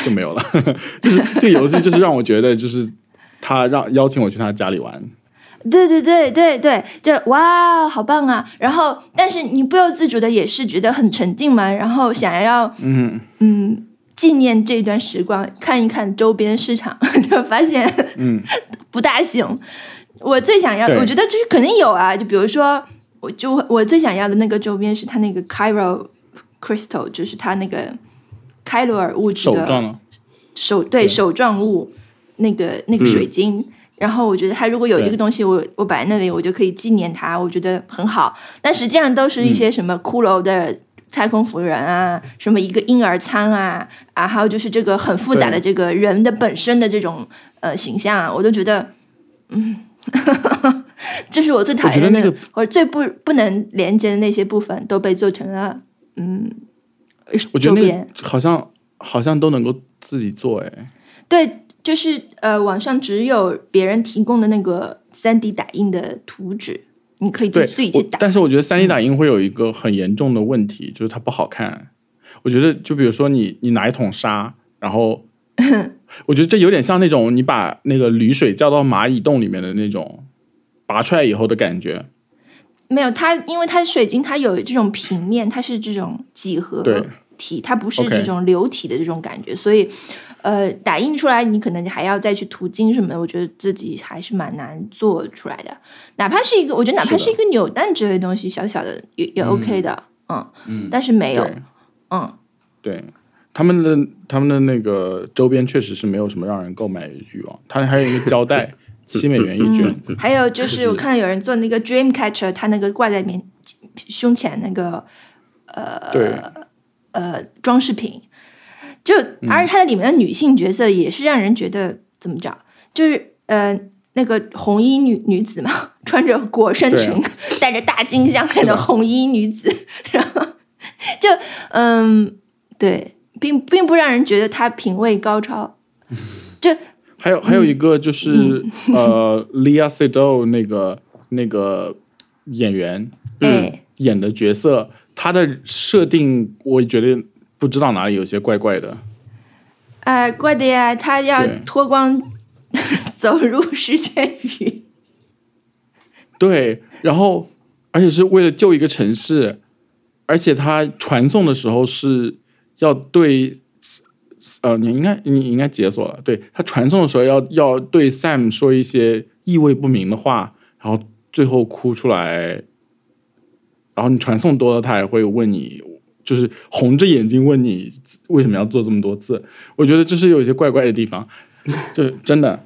S2: 就没有了， 就是这个游戏就是让我觉得就是他让邀请我去他家里玩，
S4: 对对对对对，就哇，好棒啊！然后，但是你不由自主的也是觉得很沉浸嘛，然后想要
S2: 嗯
S4: 嗯纪念这段时光，看一看周边市场， 就发现
S2: 嗯
S4: 不大行。我最想要，
S2: 对
S4: 我觉得这肯定有啊，就比如说，我就我最想要的那个周边是它那个 Cairo Crystal，就是它那个开罗尔物质
S2: 手
S4: 的
S2: 账呢，
S4: 手对
S2: 对
S4: 手状物那个那个
S3: 嗯
S4: 水晶。然后我觉得它如果有这个东西，我我摆在那里，我就可以纪念它，我觉得很好。但实际上都
S2: 嗯
S4: 是一些什么骷髅的太空服人啊，什么一个婴儿舱啊，啊，还有就是这个很复杂的这个人的本身的这种呃形象啊，我都觉得，嗯， 这是我最讨厌的
S2: 我觉得那个
S4: 或者最不不能连接的那些部分都被做成了，嗯，
S2: 我觉得
S4: 周
S2: 那
S4: 边
S2: 个好像好像都能够自己做哎，
S4: 对，就是呃，网上只有别人提供的那个三 D 打印的图纸，你可以
S2: 对
S4: 自己
S2: 我
S4: 去打。嗯
S2: 但是我觉得三 D 打印会有一个很严重的问题，就是它不好看。我觉得就比如说你你拿一桶沙，然后 我觉得这有点像那种你把那个铝水浇到蚂蚁洞里面的那种拔出来以后的感觉。
S4: 没有它，因为它水晶它有这种平面，它是这种几何
S2: 对
S4: 体，它不是
S2: OK
S4: 这种流体的这种感觉，所以呃，打印出来你可能还要再去涂晶什么的，我觉得自己还是蛮难做出来的。哪怕是一个，我觉得哪怕
S2: 是的
S4: 是一个扭蛋之类的东西，小小的也也 OK 的，嗯
S5: 嗯
S4: 但是没有
S2: 对，
S4: 嗯，
S2: 对，他们的他们的那个周边确实是没有什么让人购买欲望。它还有一个胶带，七美元一卷。
S4: 嗯。还有就是
S2: 是
S4: 我看到有人做那个 dream catcher，他那个挂在面胸前那个
S2: 对，
S4: 呃装饰品，就而且它的里面的女性角色也是让人觉得怎么讲，就是呃那个红衣女女子嘛， 穿着裹身裙，
S2: 对啊
S4: 戴着大金项链
S2: 是
S4: 的
S2: 的
S4: 红衣女子， 然后就嗯对，并并不让人觉得她品味高超，就
S2: 还有还有一个就是、呃，Lia Seydoux 那个那个演员
S4: 哎。
S2: 演的角色，她的设定我觉得不知道哪里有些怪怪的。
S4: 哎，怪的呀，他要
S2: 对
S4: 脱光 走入世界里。
S2: 对，然后而且是为了救一个城市，而且他传送的时候是要对，呃，你应该你应该解锁了，对他传送的时候要要对 Sam 说一些意味不明的话，然后最后哭出来，然后你传送多了，他也会问你。就是红着眼睛问你为什么要做这么多次，我觉得这是有一些怪怪的地方，就真的，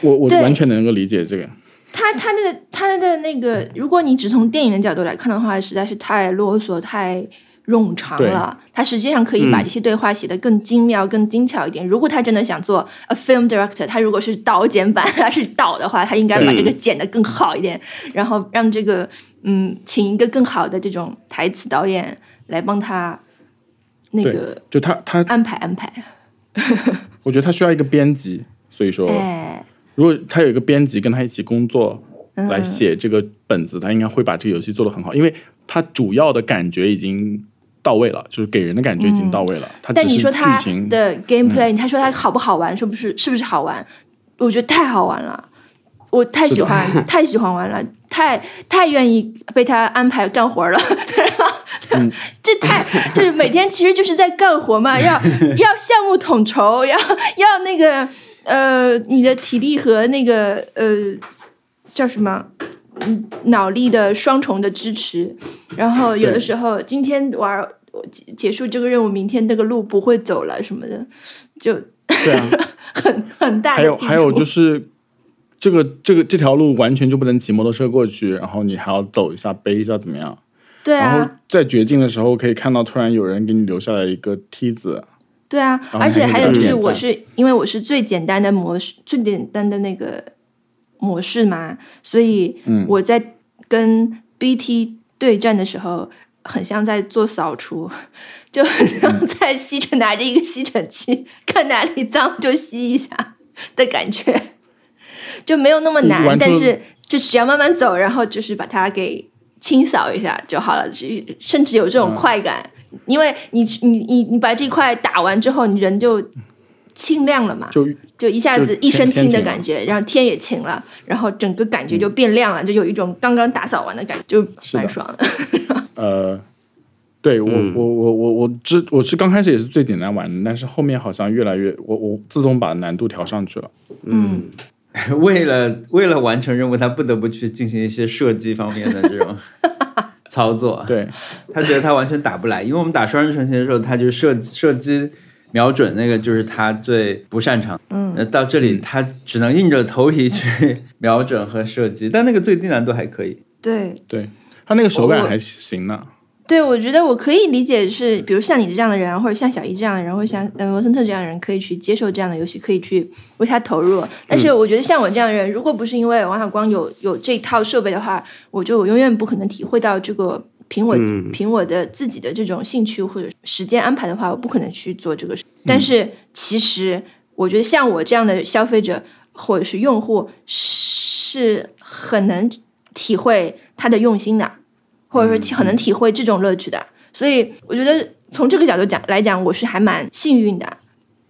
S2: 我我
S4: 对
S2: 完全能够理解这个。
S4: 他他的他的那个，如果你只从电影的角度来看的话，实在是太啰嗦、太冗长了。他实际上可以把
S3: 嗯
S4: 这些对话写得更精妙、更精巧一点。如果他真的想做 a film director，他如果是导剪版， 他是导的话，他应该把
S3: 对
S4: 这个
S2: 嗯
S4: 剪得更好一点，然后让这个嗯，请一个更好的这种台词导演来帮他那
S2: 对
S4: 个
S2: 就他他
S4: 安排安排。
S2: 我觉得他需要一个编辑，所以说，
S4: 哎，
S2: 如果他有一个编辑跟他一起工作
S4: 嗯
S2: 来写这个本子，他应该会把这个游戏做得很好，因为他主要的感觉已经到位了，就是给人的感觉已经到位了。他
S4: 嗯但
S2: 只
S4: 你
S2: 是
S4: 说它
S2: 剧情嗯
S4: 的 gameplay，、他说它好不好玩，是不是是不是好玩？我觉得太好玩了，我太喜欢，太喜欢玩了，太太愿意被他安排干活了。
S2: 嗯
S4: 这太就是每天其实就是在干活嘛，要要项目统筹，要要那个呃你的体力和那个呃叫什么嗯脑力的双重的支持，然后有的
S2: 对
S4: 时候今天玩儿我结结束这个任务，明天那个路不会走了什么的，就
S2: 对啊，
S4: 很很 大的
S2: 还有
S4: 地
S2: 还有
S4: 图
S2: 就是。这个这个这条路完全就不能骑摩托车过去，然后你还要走一下、背一下，怎么样？
S4: 对
S2: 然后
S4: 啊，
S2: 在绝境的时候，可以看到突然有人给你留下来一个梯子，
S4: 对啊，
S2: 后
S4: 而且
S2: 还
S4: 还
S2: 有
S4: 有
S2: 一个
S4: 就是，
S2: 点
S4: 我
S2: 赞
S4: 是因为我是最简单的模式，最简单的那个模式嘛，所以
S2: 嗯
S4: 我在跟 BT 对战的时候，很像在做扫除， 就很像
S2: 嗯
S4: 在吸尘，拿着一个吸尘器，看哪里脏就吸一下的感觉，就没有那么
S2: 你
S4: 难，
S2: 完
S4: 但
S2: 全
S4: 是就只要慢慢走，然后就是把它给清扫一下就好了，是甚至有这种快感，因为你你你你把这块打完之后，你人就清亮了嘛，
S2: 就
S4: 就一下
S2: 就
S4: 子一
S2: 天
S4: 身
S2: 天
S4: 轻的
S2: 晴
S4: 感觉，然后天也晴了，然后整个感觉就变亮了，就有一种刚刚打扫完的感觉，就是
S2: 的
S4: 蛮爽的。
S2: 呃，对我、
S3: 嗯
S2: 我我我我之我是刚开始也是最简单玩的，但是后面好像越来越我我自动把难度调上去了。
S4: 嗯，
S5: 为了为了完成任务，他不得不去进行一些射击方面的这种 操作。
S2: 对，
S5: 他觉得他完全打不来，因为我们打双人成行的时候，他就射射击瞄准那个就是他最不擅长。嗯，那到这里他只能硬着头皮去 瞄准和射击，但那个最低难度还可以。
S4: 对，
S2: 它那个手感
S4: 我
S2: 还行呢。
S4: 对，我觉得我可以理解是，比如像你这样的人啊，或者像小姨这样的人，或者像呃罗森特这样的人，可以去接受这样的游戏，可以去为他投入。但是我觉得像我这样的人，如果不是因为王小光有有这套设备的话，我觉得我永远不可能体会到这个。凭我、
S3: 嗯
S4: 凭我的自己的这种兴趣或者时间安排的话，我不可能去做这个事。但是其实我觉得像我这样的消费者或者是用户是很能体会他的用心的，或者说很能体会这种乐趣的。所以我觉得从这个角度讲来讲，我是还蛮幸运的。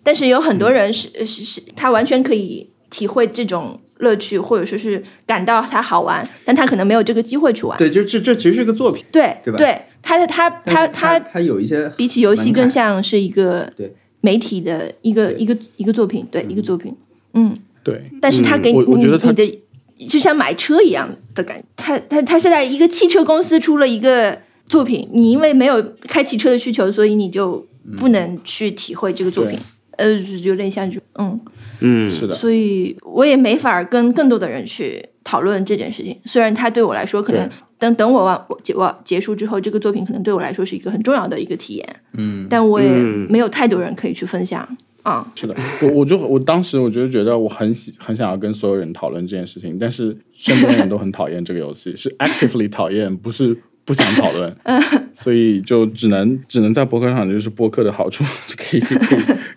S4: 但是有很多人是、是是，他完全可以体会这种乐趣，或者说是感到它好玩，但他可能没有这个机会去玩。
S5: 对，就这这其实是个作品，
S4: 对
S5: 对吧
S4: 他的他他
S5: 但是他
S4: 他
S5: 他有一些
S4: 比起游戏
S5: 门槛
S4: 更像是一个
S5: 对
S4: 媒体的一个
S5: 对
S4: 一个一个作品，对一个作品。嗯，
S2: 对，
S4: 但是他
S3: 嗯
S4: 给你、
S2: 我我觉得他
S4: 你的就像买车一样的感觉。他他他现在一个汽车公司出了一个作品，你因为没有开汽车的需求，所以你就
S5: 嗯
S4: 不能去体会这个作品。呃，就有点像这种，嗯，
S3: 嗯，
S2: 是的，
S4: 所以我也没法跟更多的人去讨论这件事情。虽然它对我来说，可能
S2: 对
S4: 等等我完我结我结束之后，这个作品可能对我来说是一个很重要的一个体验，嗯，但我也
S3: 嗯
S4: 没有太多人可以去分享啊、
S2: 是的，我我就我当时我就觉得我很喜很想要跟所有人讨论这件事情，但是身边人都很讨厌这个游戏，是 actively 讨厌，不是不想讨论，
S4: 嗯
S2: 所以就只能只能在博客上，就是博客的好处 可以可以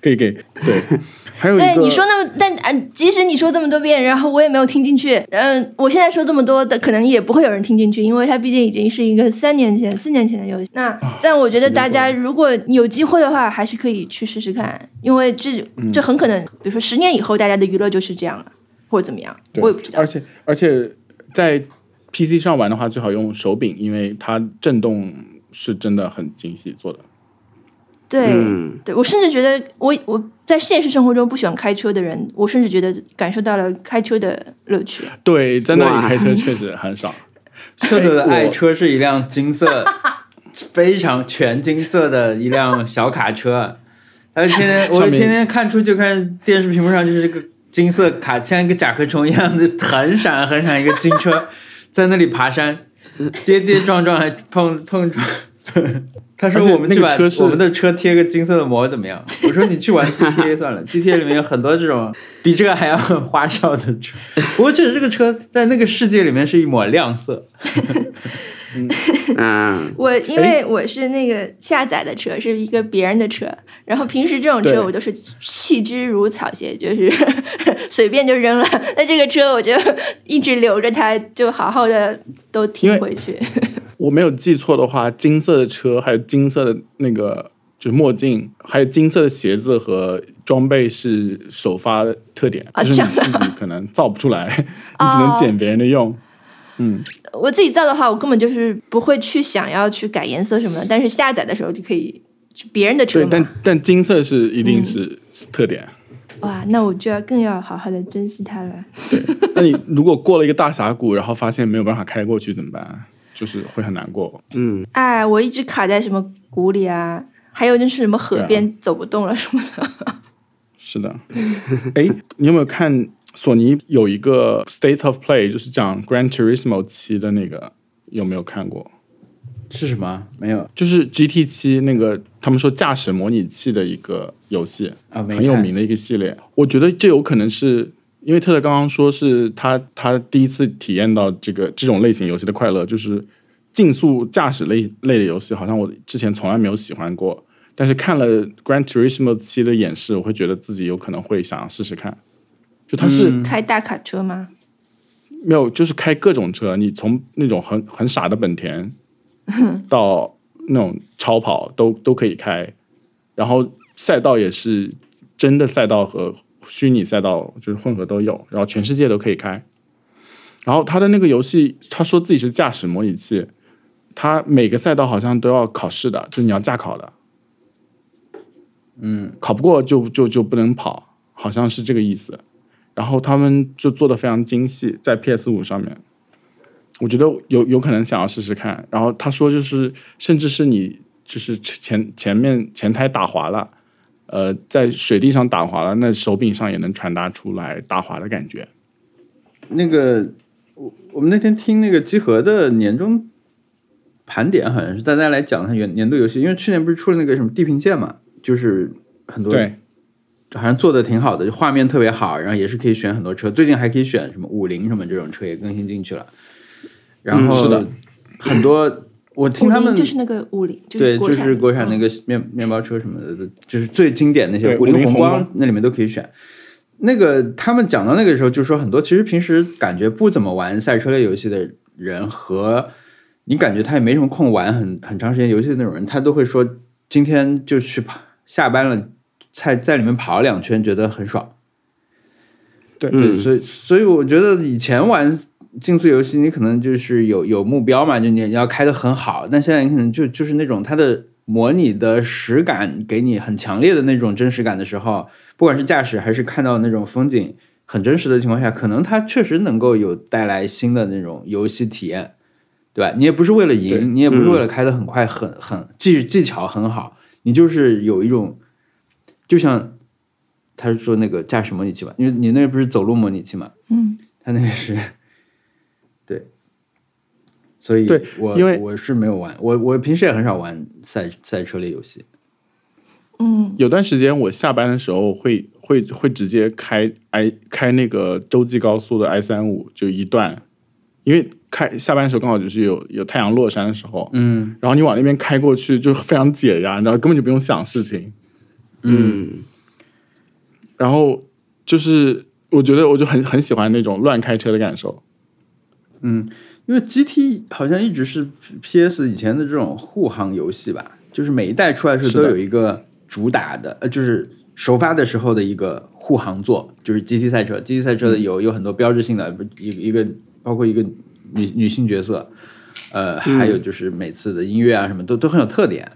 S2: 可以给对，还有一
S4: 对
S2: 个
S4: 你说那么，但嗯、即使你说这么多遍，然后我也没有听进去。嗯、我现在说这么多的，可能也不会有人听进去，因为它毕竟已经是一个三年前、四年前的游戏。那
S2: 啊
S4: 但我觉得大家如果有机会的话，还是可以去试试看，因为这
S2: 嗯
S4: 这很可能，比如说十年以后，大家的娱乐就是这样了，或者怎么样，
S2: 对
S4: 我也不知道
S2: 而。且而且在 PC 上玩的话，最好用手柄，因为它震动是真的很精细做的。
S4: 对、
S3: 嗯
S4: 对，我甚至觉得我我在现实生活中不喜欢开车的人，我甚至觉得感受到了开车的乐趣。
S2: 对，在那里
S3: 哇
S2: 开车确实很爽。
S5: 特特的爱
S2: 我
S5: 车是一辆金 色，非常全金色的一辆小卡车，他就天天我
S2: 上
S5: 就
S2: 面
S5: 天天看出就看电视屏幕上就是这个金色卡，像一个甲壳虫一样，就很闪很闪一个金 车，在那里爬山，跌跌撞撞还碰碰 撞。他说
S2: 而：“且
S5: 我们
S2: 那
S5: 去
S2: 个
S5: 把
S2: 车是
S5: 我们的车贴个金色的膜怎么样？”我说：“你去玩 GTA 算了，GTA 里面有很多这种比这个还要花哨的 车。不过确实这个车在那个世界里面是一抹亮色。”
S3: 嗯，
S2: 哎
S4: 我因为我是那个下载的车，是一个别人的车，然后平时这种
S2: 对
S4: 车我都是弃之如草鞋，就是 随便就扔了。 那这个车我就一直留着它，就好好的都
S2: 因为
S4: 停回去。
S2: 我没有记错的话，金色的车，还有金色的那个就是墨镜，还有金色的鞋子和装备是首发特点，
S4: 啊
S2: 就是你
S4: 这
S2: 自己可能造不出 来，你只能
S4: 哦
S2: 捡别人的用。
S4: 我自己造的话，我根本就是不会去想要去改颜色什么的，但是下载的时候就可以去别人的车
S2: 对，
S4: 嘛
S2: 但。但金色是一
S4: 嗯
S2: 定是特点。
S4: 哇，那我就要更要好好的珍惜它了。
S2: 那你如果过了一个大峡谷，然后发现没有办法开过去怎么办？就是会很难过。
S4: 哎，我一直卡在什么谷里啊，还有就是什么河
S2: 对啊
S4: 边走不动了什么的。
S2: 是的，哎，你有没有看索尼有一个 State of Play，就是讲 Gran Turismo 七的那个？有没有看过？
S5: 是什么？没有
S2: 就是 GT 七那个他们说驾驶模拟器的一个游戏，
S5: 啊，没
S2: 很有
S5: 看
S2: 名的一个系列。我觉得这有可能是因为特特刚刚说是他他第一次体验到这个这种类型游戏的快乐，就是竞速驾驶类类的游戏，好像我之前从来没有喜欢过。但是看了 Gran Turismo 七的演示，我会觉得自己有可能会想要试试看。就它
S5: 嗯
S2: 是、
S4: 开大卡车吗？
S2: 没有，就是开各种车，你从那种很很傻的本田，到那种超跑都都可以开，然后赛道也是真的赛道和虚拟赛道就是混合都有，然后全世界都可以开。然后他的那个游戏，他说自己是驾驶模拟器，他每个赛道好像都要考试的，就是你要驾考的。嗯，考不过就就就不能跑，好像是这个意思。然后他们就做的非常精细，在 PS 五上面，我觉得有有可能想要试试看。然后他说就是，甚至是你就是前前面前胎打滑了，呃，在水地上打滑了，那手柄上也能传达出来打滑的感觉。
S5: 那个，我我们那天听那个集合的年终盘点，好像是大家来讲他年年度游戏，因为去年不是出了那个什么《地平线》嘛，就是很多
S2: 对，
S5: 好像做的挺好的，就画面特别好，然后也是可以选很多车，最近还可以选什么五菱什么这种车也更新进去了。然后、
S2: 嗯是的，
S5: 很多我听他们
S4: 五菱就是那个五菱，
S5: 对，
S4: 国
S5: 就
S4: 产
S5: 是国产那
S4: 嗯
S5: 个面面包车什么的，就是最经典那些
S2: 对
S5: 五
S2: 五
S5: 菱
S2: 菱
S5: 宏
S2: 宏
S5: 光
S2: 光
S5: 那里面都可以选。那个他们讲到那个时候，就说很多其实平时感觉不怎么玩赛车类游戏的人和你感觉他也没什么空玩很很长时间游戏的那种人，他都会说今天就去跑，下班了在在里面跑两圈，觉得很爽。对，
S3: 嗯，
S5: 所以所以我觉得以前玩竞速游戏，你可能就是有有目标嘛，就你要开的很好，但现在你可能就就是那种它的模拟的实感给你很强烈的那种真实感的时候，不管是驾驶还是看到那种风景很真实的情况下，可能它确实能够有带来新的那种游戏体验，对吧？你也不是为了
S2: 对
S5: 赢，你也不是为了开的很快、很很技技巧很好，你就是有一种就像。他是说那个驾驶模拟器吧，因为你那不是走路模拟器嘛，
S4: 嗯，
S5: 他那个是， 对，所以
S2: 对
S5: 我
S2: 因为
S5: 我是没有玩，我我平时也很少玩赛赛车类游戏。
S4: 嗯，
S2: 有段时间我下班的时候会会会直接开 i 开那个洲际高速的 i 三五就一段，因为开下班的时候刚好就是有有太阳落山的时候，
S5: 嗯，
S2: 然后你往那边开过去就非常解压，然后根本就不用想事情。
S3: 嗯
S2: 然后就是我觉得我就很很喜欢那种乱开车的感受。
S5: 因为 GT 好像一直是 PS 以前的这种护航游戏吧，就是每一代出来的时
S2: 是
S5: 候
S2: 的
S5: 都有一个主打的，呃，就是首发的时候的一个护航作，就是 GT 赛车。GT 赛车的有、有很多标志性的，不一一个包括一个女女性角色，呃，还有就是每次的音乐啊什么都都很有特点，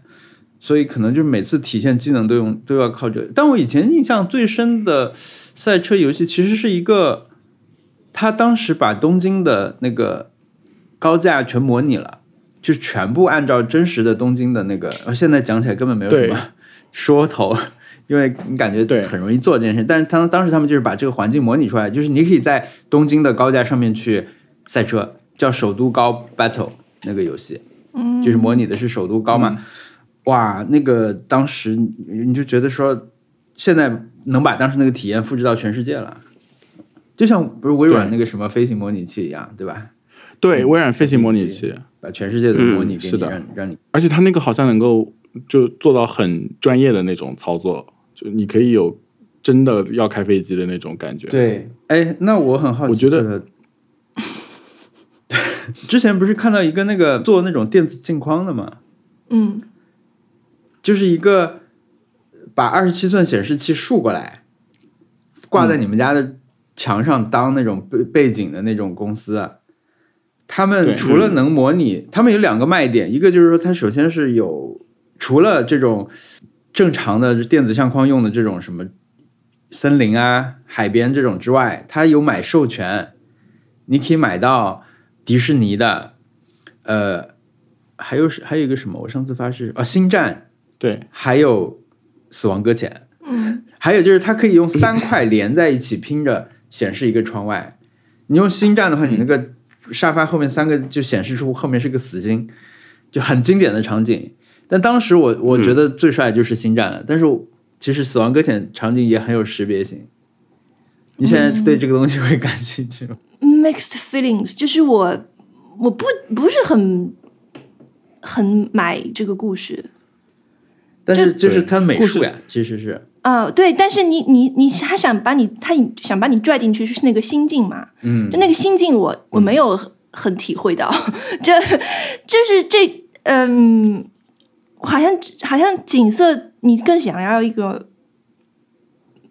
S5: 所以可能就是每次体现技能都用都要靠这个。但我以前印象最深的赛车游戏其实是一个，他当时把东京的那个高架全模拟了，就全部按照真实的东京的那个，呃现在讲起来根本没有什
S2: 对
S5: 么说头。 因为你感觉
S2: 对
S5: 很容易做这件事，但是当当时他们就是把这个环境模拟出来，就是你可以在东京的高架上面去赛车，叫首都高 battle 那个游戏，嗯，就是模拟的是首都高
S2: 嗯
S5: 嘛，哇，那个当时你就觉得说，现在能把当时那个体验复制到全世界了，就像不是微软
S2: 对
S5: 那个什么飞行模拟器一样，对吧？
S2: 对，
S5: 嗯
S2: 微软飞行模拟器，
S5: 把全世界的模拟给
S2: 嗯是
S5: 你，
S2: 的
S5: 让让你
S2: 而且它那个好像能够就做到很专业的那种操作，就你可以有真的要开飞机的那种感觉。
S5: 对，哎，那我很好奇，
S2: 我觉得
S5: 这个。 之前不是看到一个那个做那种电子镜框的嘛，
S4: 嗯，
S5: 就是一个把二十七寸显示器竖过来，挂在你们家的墙上当那种背背景的那种公司啊，他们
S2: 对
S5: 除了能模拟，他们有两个卖点，一个就是说它首先是有除了这种正常的电子相框用的这种什么森林啊、海边这种之外，它有买授权，你可以买到迪士尼的，呃，还有是还有一个什么，我上次发誓啊，星战
S2: 对
S5: 还有死亡搁浅，嗯，还有就是它可以用三块连在一起拼着显示一个窗外。
S2: 嗯
S5: 你用星战的话，你那个沙发后面三个就显示出后面是个死星，就很经典的场景。但当时我我觉得最帅就是星战了，但是我其实死亡搁浅场景也很有识别性。你现在对这个东西会感兴趣吗？
S4: mixed feelings，就是我我不不是很很买这个故事
S5: 但是就是它美
S2: 故
S5: 术
S2: 事
S5: 呀，其实是
S4: 啊、对，但是你你你他想把你他想把你拽进去，就是那个心境嘛，
S5: 嗯
S4: 就那个心境我，我没有很体会到， 这就是这嗯，好像好像景色你更想要一个，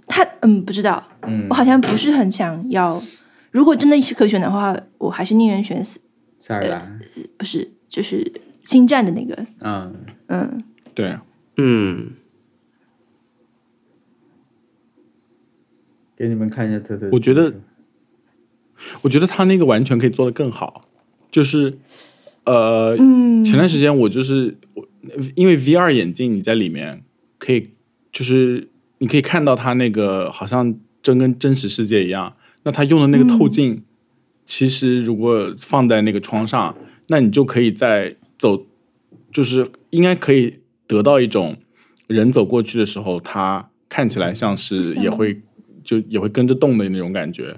S4: 他嗯不知道，
S5: 嗯
S4: 我，好像不是很想要。如果真的是可选的话，我还是宁愿选死，
S5: 夏尔达，
S4: 不是就是星战的那个，
S5: 嗯，
S4: 嗯，
S2: 对，
S3: 嗯，
S5: 给你们看一下特特，
S2: 我觉得我觉得他那个完全可以做得更好，就是呃，
S4: 嗯
S2: 前段时间我就是我，因为 VR 眼镜你在里面可以，就是你可以看到它那个好像真跟真实世界一样。那它用的那个透镜，其实如果放在那个窗上，那你就可以在走，就是应该可以得到一种人走过去的时候，它看起来像是
S4: 像
S2: 也会就也会跟着动的那种感觉。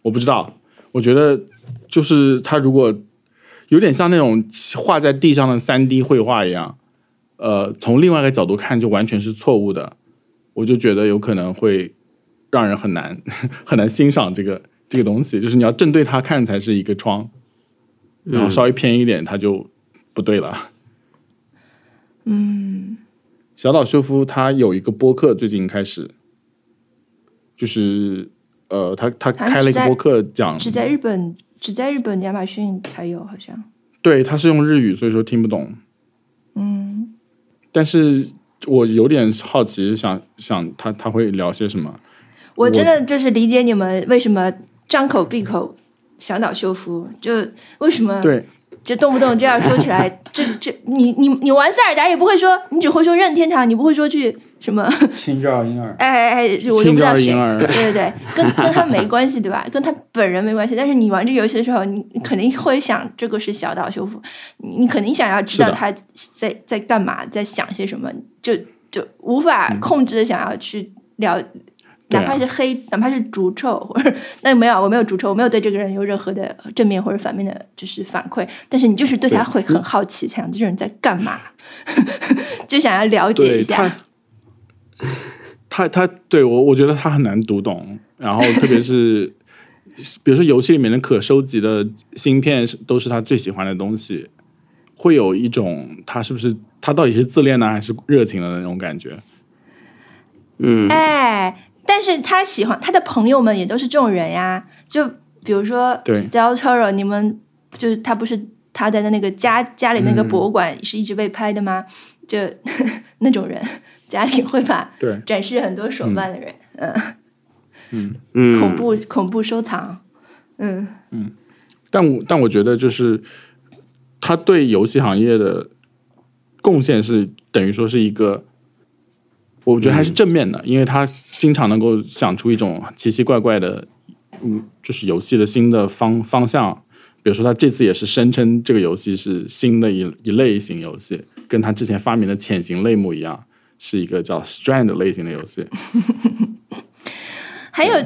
S2: 我不知道，我觉得就是它如果有点像那种画在地上的三 D 绘画一样，呃，从另外一个角度看就完全是错误的，我就觉得有可能会让人很难 很难欣赏这个这个东西，就是你要正对它看才是一个窗，然后稍微偏一点它就不对了。
S4: 嗯
S2: 小岛秀夫他有一个播客，最近开始，就是呃，他他
S4: 好像
S2: 开了一个
S4: 只在
S2: 播客讲，
S4: 只在日本只在日本亚马逊才有，好像，
S2: 对，他是用日语，所以说听不懂。
S4: 嗯
S2: 但是我有点好奇，想想他他会聊些什么。
S4: 我
S2: 我
S4: 真的就是理解你们为什么张口闭口小岛秀夫，就为什么
S2: 对，
S4: 就动不动这样说起来， 这这你你你玩塞尔达也不会说，你只会说任天堂，你不会说去什么，
S5: 青照婴儿，
S4: 哎哎哎，我就
S2: 听
S4: 不知
S2: 着
S4: 道
S2: 而
S4: 谁
S2: 婴。儿，
S4: 对对对，跟跟他没关系，对吧？跟他本人没关系。但是你玩这个游戏的时候，你你肯定会想，这个是小岛修复，你你肯定想要知道
S2: 是的
S4: 他在在干嘛，在想些什么，就就无法控制的想要去聊，
S2: 嗯对啊
S4: 哪怕是黑，哪怕是逐臭，或者那没有，我没有逐臭，我没有对这个人有任何的正面或者反面的，就是反馈。但是你就是对他会
S2: 嗯
S4: 很好奇，想这个人在干嘛， 就想要了解
S2: 对
S4: 一下
S2: 他。， 他他对我，我觉得他很难读懂。然后特别是，比如说游戏里面的可收集的芯片是都是他最喜欢的东西，会有一种他是不是他到底是自恋呢，还是热情的那种感觉？
S3: 嗯，
S4: 哎，但是他喜欢他的朋友们也都是这种人呀，就比如说
S2: 对
S4: Del Toro，你们就是他不是他在那个家家里那
S2: 嗯
S4: 个博物馆是一直被拍的吗？就 那种人家里会把
S2: 对，
S4: 展示很多手办的人，
S3: 嗯
S4: 恐怖
S2: 嗯
S4: 恐怖收藏，嗯
S2: 但我但我觉得就是他对游戏行业的贡献是等于说是一个，我觉得还是正面的，因为他经常能够想出一种奇奇怪怪的，嗯，就是游戏的新的方方向。比如说，他这次也是声称这个游戏是新的一一类型游戏，跟他之前发明的潜行类目一样，是一个叫 Strand 类型的游戏。
S4: 还有。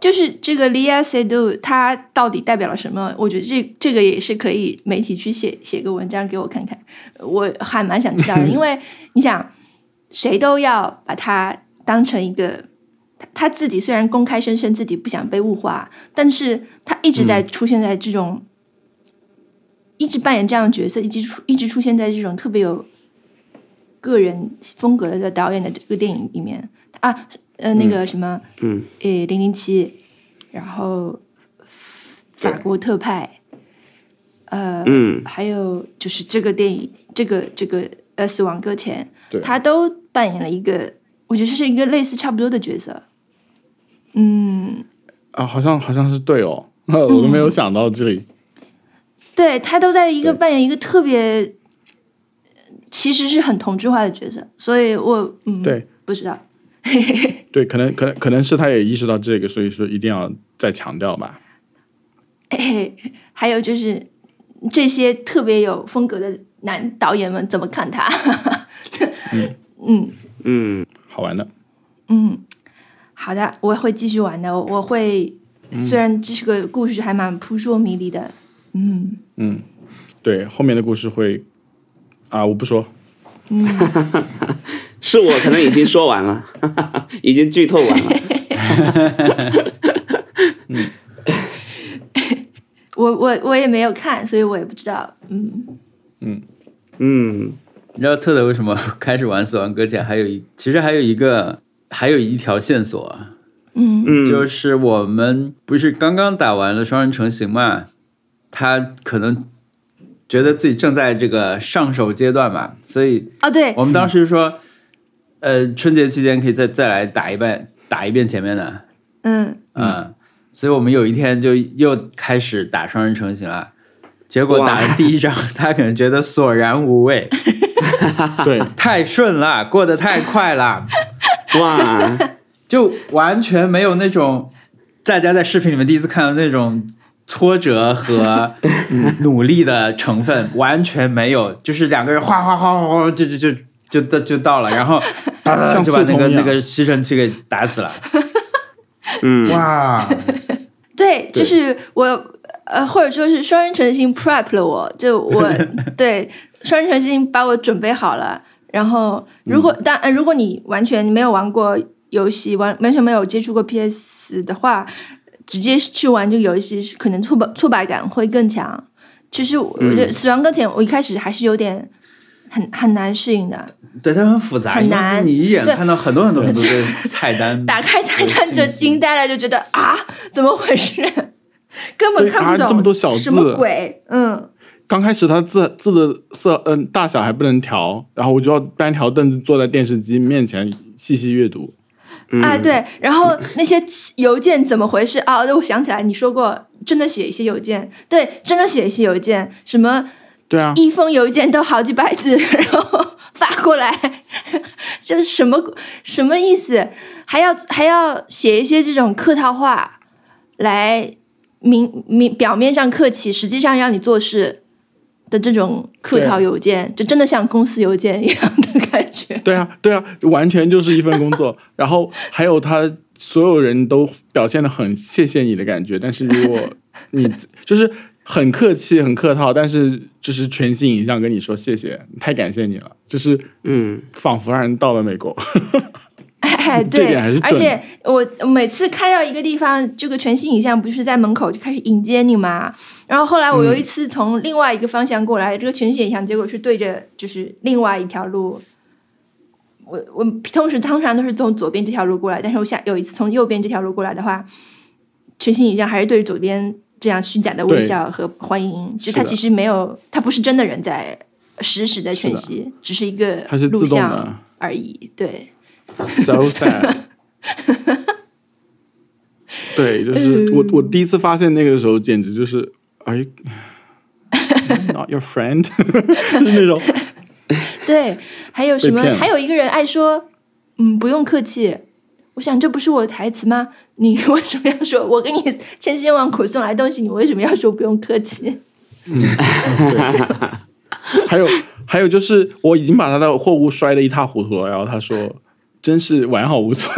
S4: 就是这个 Lia Seydoux，她到底代表了什么？我觉得这这个也是可以媒体去写写个文章给我看看，我还蛮想知道的，因为你想，谁都要把他当成一个他他自己虽然公开声称自己不想被物化，但是他一直在出现在这种，一直扮演这样的角色，一直出一直出现在这种特别有个人风格的导演的这个电影里面啊，呃，那个什么，
S3: 嗯，
S4: 呃，零零七，然后法国特派，呃，
S3: 嗯
S4: 还有就是这个电影，这个这个呃，死亡搁浅
S2: 对，
S4: 他都扮演了一个，我觉得是一个类似差不多的角色。嗯，
S2: 啊，好像好像是对哦， 我都没有想到这里。
S4: 对他都在一个
S2: 对
S4: 扮演一个特别，其实是很同质化的角色，所以我嗯，
S2: 对，
S4: 不知道，
S2: 对，可能可能可能是他也意识到这个，所以说一定要再强调吧。
S4: 嘿嘿，还有就是这些特别有风格的男导演们怎么看他。
S2: 嗯
S4: 嗯
S3: 嗯，
S2: 好玩的。
S4: 嗯，好的，我会继续玩的。我我会，虽然这是个故事，还蛮扑朔迷离的。嗯
S2: 嗯，对，后面的故事会啊，我不说，
S4: 嗯，
S3: 是我可能已经说完了， 已经剧透完 了。
S4: 我我我也没有看，所以我也不知道。嗯，
S3: 嗯，
S5: 你知道特特为什么 开始玩《死亡搁浅》还有一，其实还有一个，还有一条线索啊，
S3: 嗯
S5: 就是我们不是刚刚打完了双人成行嘛，他可能觉得自己正在这个上手阶段嘛，所以
S4: 哦对，
S5: 我们当时说，呃，春节期间可以再再来打一遍，打一遍前面的，啊、
S4: 嗯，
S5: 所以我们有一天就又开始打双人成行了。结果打了第一张， 他可能觉得索然无味，
S2: 对，
S5: 太顺了，过得太快了，
S3: 哇，
S5: 就完全没有那种大家在视频里面第一次看到那种挫折和努力的成分，完全没有，就是两个人哗哗哗哗哗，就就就就到就到了，然后哒哒哒
S2: 像
S5: 就把
S2: 速
S5: 那个
S2: 通一
S5: 那
S2: 样
S5: 个吸尘器给打死了，
S3: 嗯
S5: 哇！
S4: 对，就是我呃，或者说是双人成行 prep 了我，就我对双人成行把我准备好了。然后，如
S2: 嗯
S4: 果但、呃如果你完全没有玩过游戏，完完全没有接触过 PS 的话，直接去玩这个游戏，是可能挫败挫败感会更强。其实我觉得
S2: 嗯
S4: 《死亡搁浅》，我一开始还是有点很很难适应
S2: 嗯
S4: 的。
S5: 对，它很复杂，
S4: 很
S5: 因为
S4: 难
S5: 你一眼
S4: 对
S5: 看到很多很多很多的菜单，
S4: 打开菜单就惊呆了，就觉得啊，怎么回事？根本
S2: 对
S4: 看不懂、
S2: 啊这么多小字
S4: 什么鬼？嗯，
S2: 刚开始它字字的色嗯、大小还不能调，然后我就要搬条凳子坐在电视机面前细细阅读。嗯
S4: 啊，对，然后那些邮件怎么回事啊？我想起来，你说过真的写一些邮件，对，真的写一些邮件，什么
S2: 对啊，
S4: 一封邮件都好几百字， 然后发过来，就是什么什么意思？还要还要写一些这种客套话来明明表面上客气，实际上让你做事的这种客
S2: 对
S4: 套邮件，就真的像公司邮件一样的感觉。
S2: 对啊，对啊，完全就是一份工作。然后还有他所有人都表现的很谢谢你的感觉，但是如果你就是很客气、很客套，但是就是全心影像跟你说谢谢，太感谢你了，就是
S3: 嗯
S2: 仿佛让人到了美国。
S4: 哎，
S2: 这
S4: 对
S2: 点还是，
S4: 而
S2: 正
S4: 且我每次开到一个地方，这个全息影像不是在门口就开始迎接你吗？然后后来
S2: 嗯
S4: 我有一次从另外一个方向过来，这个全息影像结果是对着就是另外一条路。我我通时通常都是从左边这条路过来，但是我下有一次从右边这条路过来的话，全息影像还是对着左边这样虚假的微
S2: 对
S4: 笑和欢迎，就是它
S2: 的
S4: 其实没有，它不是真的人在实时的
S2: 是的
S4: 全息，只是一个
S2: 它是
S4: 录
S2: 自动
S4: 像
S2: 的
S4: 而已，对。
S2: So sad 。对，就是我我第一次发现那个的时候，简直就是哎，not your friend，就是那种
S4: 对，还有什么
S2: 被骗？了
S4: 还有一个人爱说，嗯，不用客气。我想这不是我的台词吗？你为什么要说？我给你千辛万苦送来东西，你为什么要说不用客气？
S2: 还有还有就是，我已经把他的货物摔得一塌糊涂了，然后他说：“真是完好无损，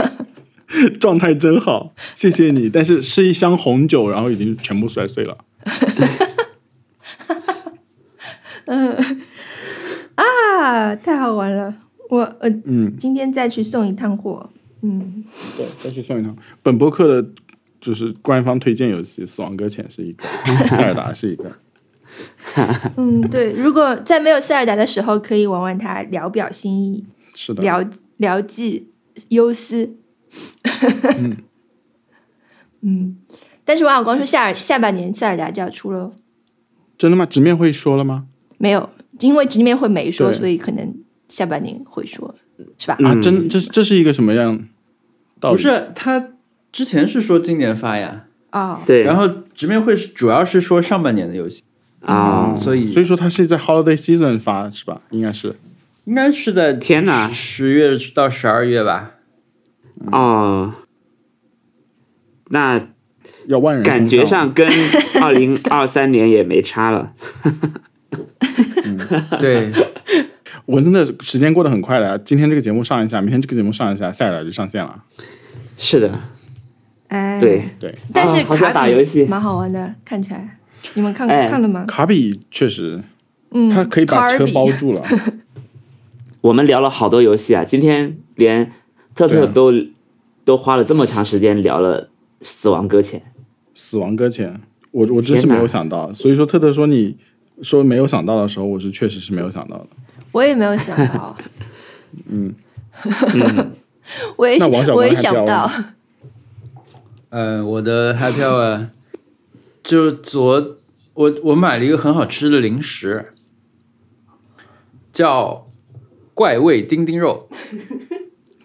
S2: 状态真好，谢谢你。”但是是一箱红酒，然后已经全部摔碎了。
S4: 啊，太好玩了！我呃，
S2: 嗯，
S4: 今天再去送一趟货。嗯，
S2: 对，再去送一趟。本播客的就是官方推荐游戏《死亡搁浅》是一个，《塞尔达》是一个。
S4: 嗯，对，如果在没有塞尔达的时候，可以玩玩它，聊表心意，
S2: 是的，
S4: 聊聊寄忧思。 嗯，但是王小光说下下半年塞尔达就要出喽。
S2: 真的吗？直面会说了吗？
S4: 没有，因为直面会没说，
S2: 对
S4: 所以可能下半年会说，是吧？
S2: 啊，
S3: 嗯
S2: 真这这是一个什么样道理？
S5: 不是他之前是说今年发呀，
S4: 哦，
S3: 对
S5: 然后直面会是主要是说上半年的游戏，
S3: 啊，
S5: 所以
S2: 所以说它是在 Holiday Season 发是吧？应该是。
S5: 应该是在
S3: 天哪
S5: 十月到十二月吧，
S3: 哦，那
S2: 要万人
S3: 感觉
S2: 空巷
S3: 上跟二零二三年也没差了。
S5: 对，
S2: 我真的时间过得很快的啊，今天这个节目上一下，明天这个节目上一下，下一秒就上线了。
S3: 是的，
S4: 哎，
S3: 对，
S2: 对，
S4: 但是
S3: 啊好想
S4: 卡
S3: 打
S4: 比
S3: 游戏
S4: 蛮好玩的，看起来你们看
S3: 哎
S4: 看了吗？
S2: 卡比确实，
S4: 嗯，
S2: 他可以把
S4: 卡尔
S2: 车
S4: 比
S2: 包住 了。
S3: 我们聊了好多游戏啊，今天连特特
S2: 对啊
S3: 都、都花了这么长时间聊了《死亡搁浅》。
S2: 死亡搁浅，我我真是
S3: 天哪
S2: 没有想到。所以说，特特说你说没有想到的时候，我是确实是没有想到的。
S4: 我也没有想 到，嗯， 我也
S2: 那王小
S4: 我
S2: 光
S4: 也
S2: 还
S4: 想
S2: 不要
S4: 不到，
S5: 呃，我的 happy hour 就昨我我买了一个很好吃的零食，叫怪味丁丁肉。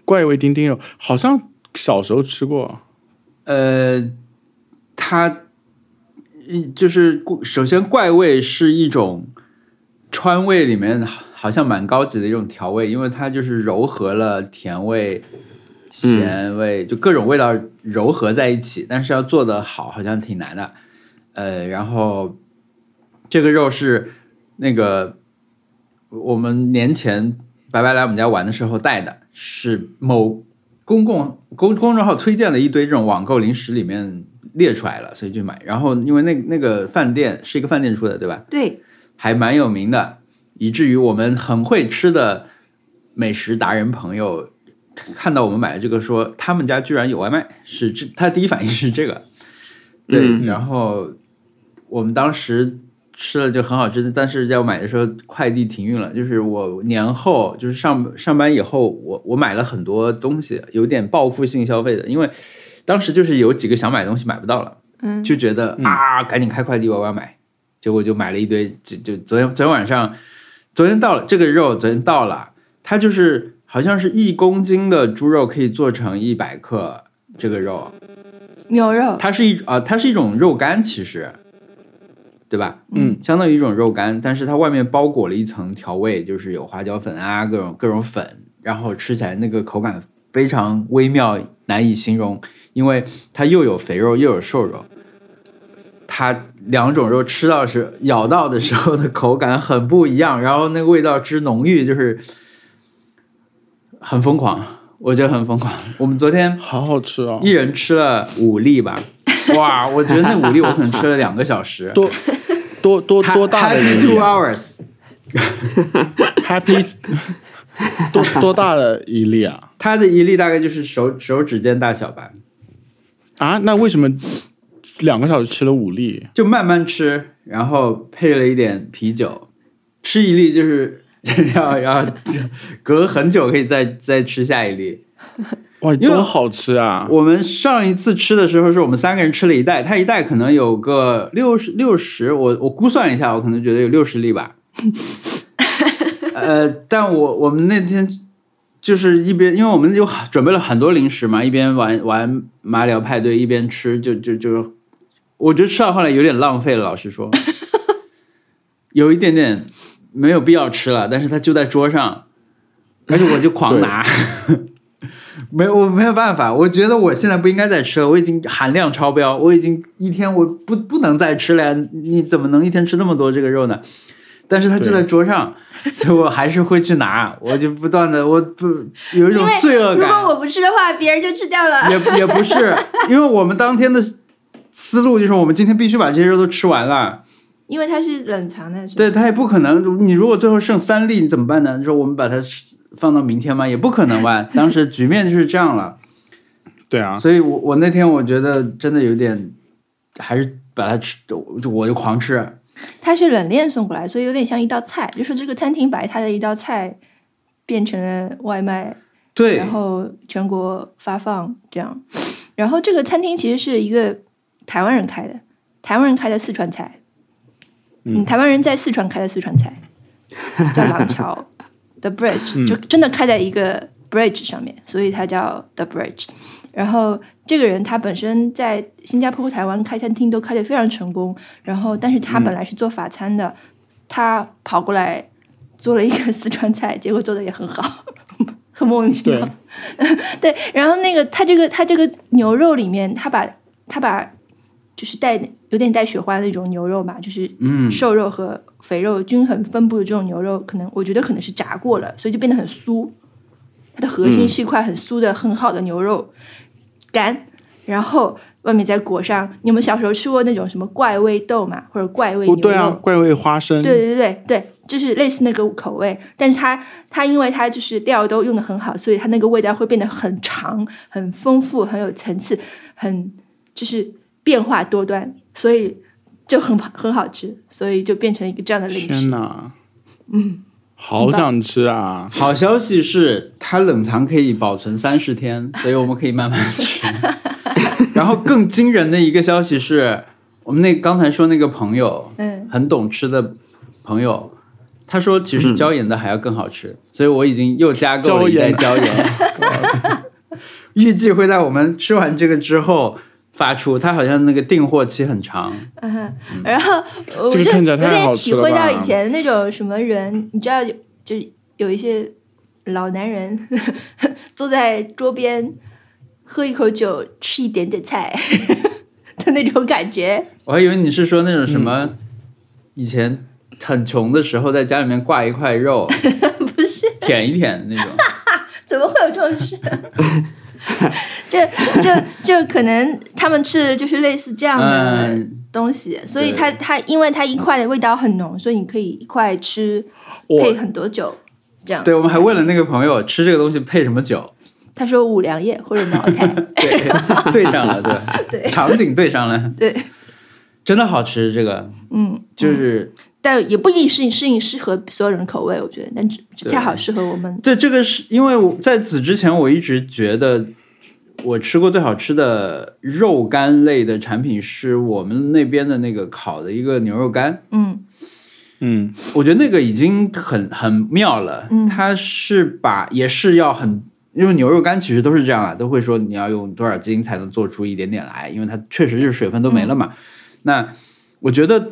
S2: 怪味丁丁肉好像小时候吃过，
S5: 呃，它一就是首先怪味是一种川味里面好像蛮高级的一种调味，因为它就是柔合了甜味、咸味，就各种味道柔合在一起，但是要做的好好像挺难的。呃，然后这个肉是那个我们年前白白来我们家玩的时候带的，是某公共公公众号推荐了一堆这种网购零食里面列出来了，所以就买。然后因为那那个饭店是一个饭店出的，对吧？
S4: 对，
S5: 还蛮有名的，以至于我们很会吃的美食达人朋友看到我们买的这个说，他们家居然有外卖，是这他第一反应是这个，对，
S3: 嗯
S5: 然后我们当时吃了就很好吃，但是要买的时候快递停运了，就是我年后就是上上班以后，我我买了很多东西，有点报复性消费的，因为当时就是有几个想买的东西买不到了。
S4: 嗯，
S5: 就觉得啊，赶紧开快递，我要买。结果就买了一堆，就就昨天昨天晚上，昨天到了这个肉，昨天到了，它就是好像是一公斤的猪肉可以做成一百克这个肉，
S4: 牛肉，
S5: 它是一啊、它是一种肉干，其实，对吧？
S2: 嗯，
S5: 相当于一种肉干，但是它外面包裹了一层调味，就是有花椒粉啊，各种各种粉，然后吃起来那个口感非常微妙，难以形容，因为它又有肥肉又有瘦肉，它两种肉吃到时咬到的时候的口感很不一样，然后那个味道之浓郁，就是很疯狂，我觉得很疯狂。我们昨天
S2: 好好吃哦
S5: 一。人吃了五粒吧， 哇！我觉得那五粒我可能吃了两个小时，
S2: 多多多
S5: 他
S2: 多大的
S5: happy
S2: 一粒
S5: ？Two
S2: 啊
S5: hours，
S2: ？Happy 多多大的一粒啊？
S5: 它的一粒大概就是手手指尖大小吧，
S2: 啊，那为什么两个小时吃了五粒？
S5: 就慢慢吃，然后配了一点啤酒，吃一粒就是 要要就隔很久可以再再吃下一粒。
S2: 哇，
S5: 因为
S2: 多好吃啊！
S5: 我们上一次吃的时候是我们三个人吃了一袋，它一袋可能有个六十六十，我我估算了一下，我可能觉得有六十粒吧。呃，但我我们那天就是一边，因为我们有准备了很多零食嘛，一边玩玩马里奥派对，一边吃，就就就，我觉得吃到后来有点浪费了，老 实说，有一点点没有必要吃了，但是它就在桌上，而且我就狂拿。 没有，我没有办法。我觉得我现在不应该再吃了，我已经含量超标，我已经一天我不不能再吃了呀。你怎么能一天吃那么多这个肉呢？但是它就在 桌上，所以我还是会去拿，我就不断的，我不有一
S4: 因
S5: 种
S4: 为
S5: 罪恶
S4: 如
S5: 感
S4: 果。我不吃的话，别人就吃掉了。
S5: 也也不是，因为我们当天的思路就是我们今天必须把这些肉都吃完了。
S4: 因为它是冷藏的，是吧
S5: 对，他也不可能，你如果最后剩三粒，你怎么办呢？你说我们把它放到明天吗？也不可能吧。当时局面就是这样了。
S2: 对啊，
S5: 所以我我那天我觉得真的有点，还是把它吃，我就我就狂吃。
S4: 它是冷链送过来，所以有点像一道菜，就是这个餐厅把它的一道菜变成了外卖，
S5: 对
S4: 然，后全国发放这样。然后这个餐厅其实是一个台湾人开的，台湾人开的四川菜，
S2: 嗯
S4: 嗯，台湾人在四川开的四川菜，叫廊桥 The Bridge，就真的开在一个 bridge 上面，所以它叫 The Bridge。然后这个人他本身在新加坡、台湾开餐厅都开得非常成功，然后但是他本来是做法餐的，他跑过来做了一个 四川菜，结果做的也很好， 很莫名其妙
S2: 对。
S4: 对，然后那个他这个他这个牛肉里面，他把他把就是带有点带雪花的那种牛肉嘛，就是
S5: 嗯
S4: 瘦肉和肥肉均衡分布的这种牛肉，可能我觉得可能是炸过了，所以就变得很酥。它的核
S2: 嗯
S4: 心是一块很酥的、很好的牛肉干，然后外面再裹上。你们小时候吃过那种什么怪味豆嘛，或者怪味牛
S2: 不
S4: 肉？
S2: 对啊，怪味花生，
S4: 对对对对，就是类似那个口味，但是它它因为它就是料都用的很好，所以它那个味道会变得很长、很丰富、很有层次、很就是变化多端，所以就很很好吃，所以就变成一个这样的零
S2: 天
S4: 食。
S2: 哪，嗯，好想吃啊！
S5: 好消息是，它冷藏可以保存三十天，所以我们可以慢慢吃。 然后更惊人的一个消息是，我们那刚才说那个朋友，
S4: 嗯，
S5: 很懂吃的朋友，他说其实椒盐的还要更好吃，所以我已经又加购了一袋嗯椒盐， 预计会在我们吃完这个之后发出。它好像那个订货期很长，
S4: 然后呃我
S2: 这
S4: 就
S2: 个看起来
S4: 有
S2: 太好
S4: 点
S2: 吃
S4: 体
S2: 了
S4: 会到
S2: 吧
S4: 以前那种什么人，你知道有，就是有一些老男人坐在桌边喝一口酒，吃一点点菜的那种感觉。
S5: 我还以为你是说那种什么，以前很穷的时候在家里面挂一块 肉，
S4: 不是，
S5: 舔一舔的那种。
S4: 怎么会有这种事？ 这这这可能他们吃的就是类似这样的
S5: 嗯，
S4: 东西，所以它它因为它一块的味道很浓，所以你可以一块吃配
S2: 我
S4: 很多酒，这样。
S5: 对，我们还问了那个朋友吃这个东西配什么酒，
S4: 他说五粮液或者茅 台，
S5: 对，对上了，对，
S4: 对
S5: 场景对上了，
S4: 对，
S5: 真的好吃。这个
S4: 嗯，
S5: 就是、
S4: 但也不一定是适应适合所有人的口味，我觉得，但只恰好适合我们。
S5: 这这个是因为我在此之前我一直觉得我吃过最好吃的肉干类的产品是我们那边的那个烤的一个牛肉干，
S4: 嗯
S2: 嗯，
S5: 我觉得那个已经很很妙了，
S4: 嗯
S5: 它是把也是要很，因为牛肉干其实都是这样啊，都会说你要用多少斤才能做出一点点来，因为它确实是水分都没了
S4: 嗯
S5: 嘛。那我觉得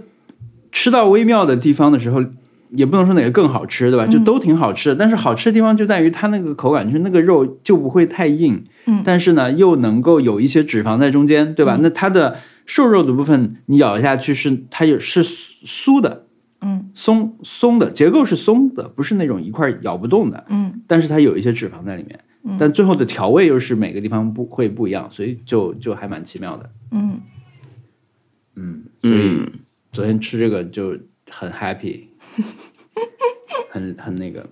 S5: 吃到微妙的地方的时候，也不能说哪个更好吃，
S4: 嗯
S5: 对吧？就都挺好吃的，但是好吃的地方就在于它那个口感，就是那个肉就不会太硬，
S4: 嗯
S5: 但是呢又能够有一些脂肪在中间，对吧？那它的瘦肉的部分你咬下去是它也是酥的。
S4: 嗯
S5: 松松的结构是松的，不是那种一块咬不动的，
S4: 嗯
S5: 但是它有一些脂肪在里面。但最后的调味又是每个地方不会不一样，所以就就还蛮奇妙的。
S4: 嗯，
S5: 所以
S3: 嗯，
S5: 昨天吃这个就很 happy，很很那个。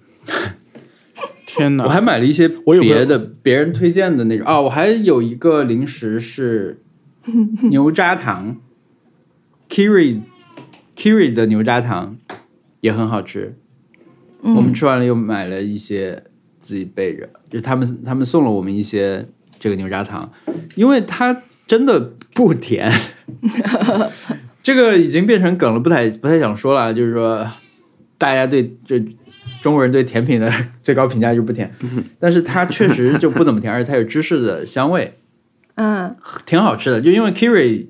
S2: 天哪！
S5: 我还买了一些
S2: 我有个
S5: 别的别人推荐的那种啊，我还有一个零食是牛轧糖，Kiri Kiri 的牛轧糖也很好吃。我们吃完了又买了一些自己备着，就他们他们送了我们一些这个牛轧糖，因为它真的不甜。这个已经变成梗了，不太不太想说了。就是说，大家对这中国人对甜品的最高评价就是不甜，但是它确实就不怎么 甜，而且它有芝士的香味，
S4: 嗯
S5: 挺好吃的。就因为 Kiri，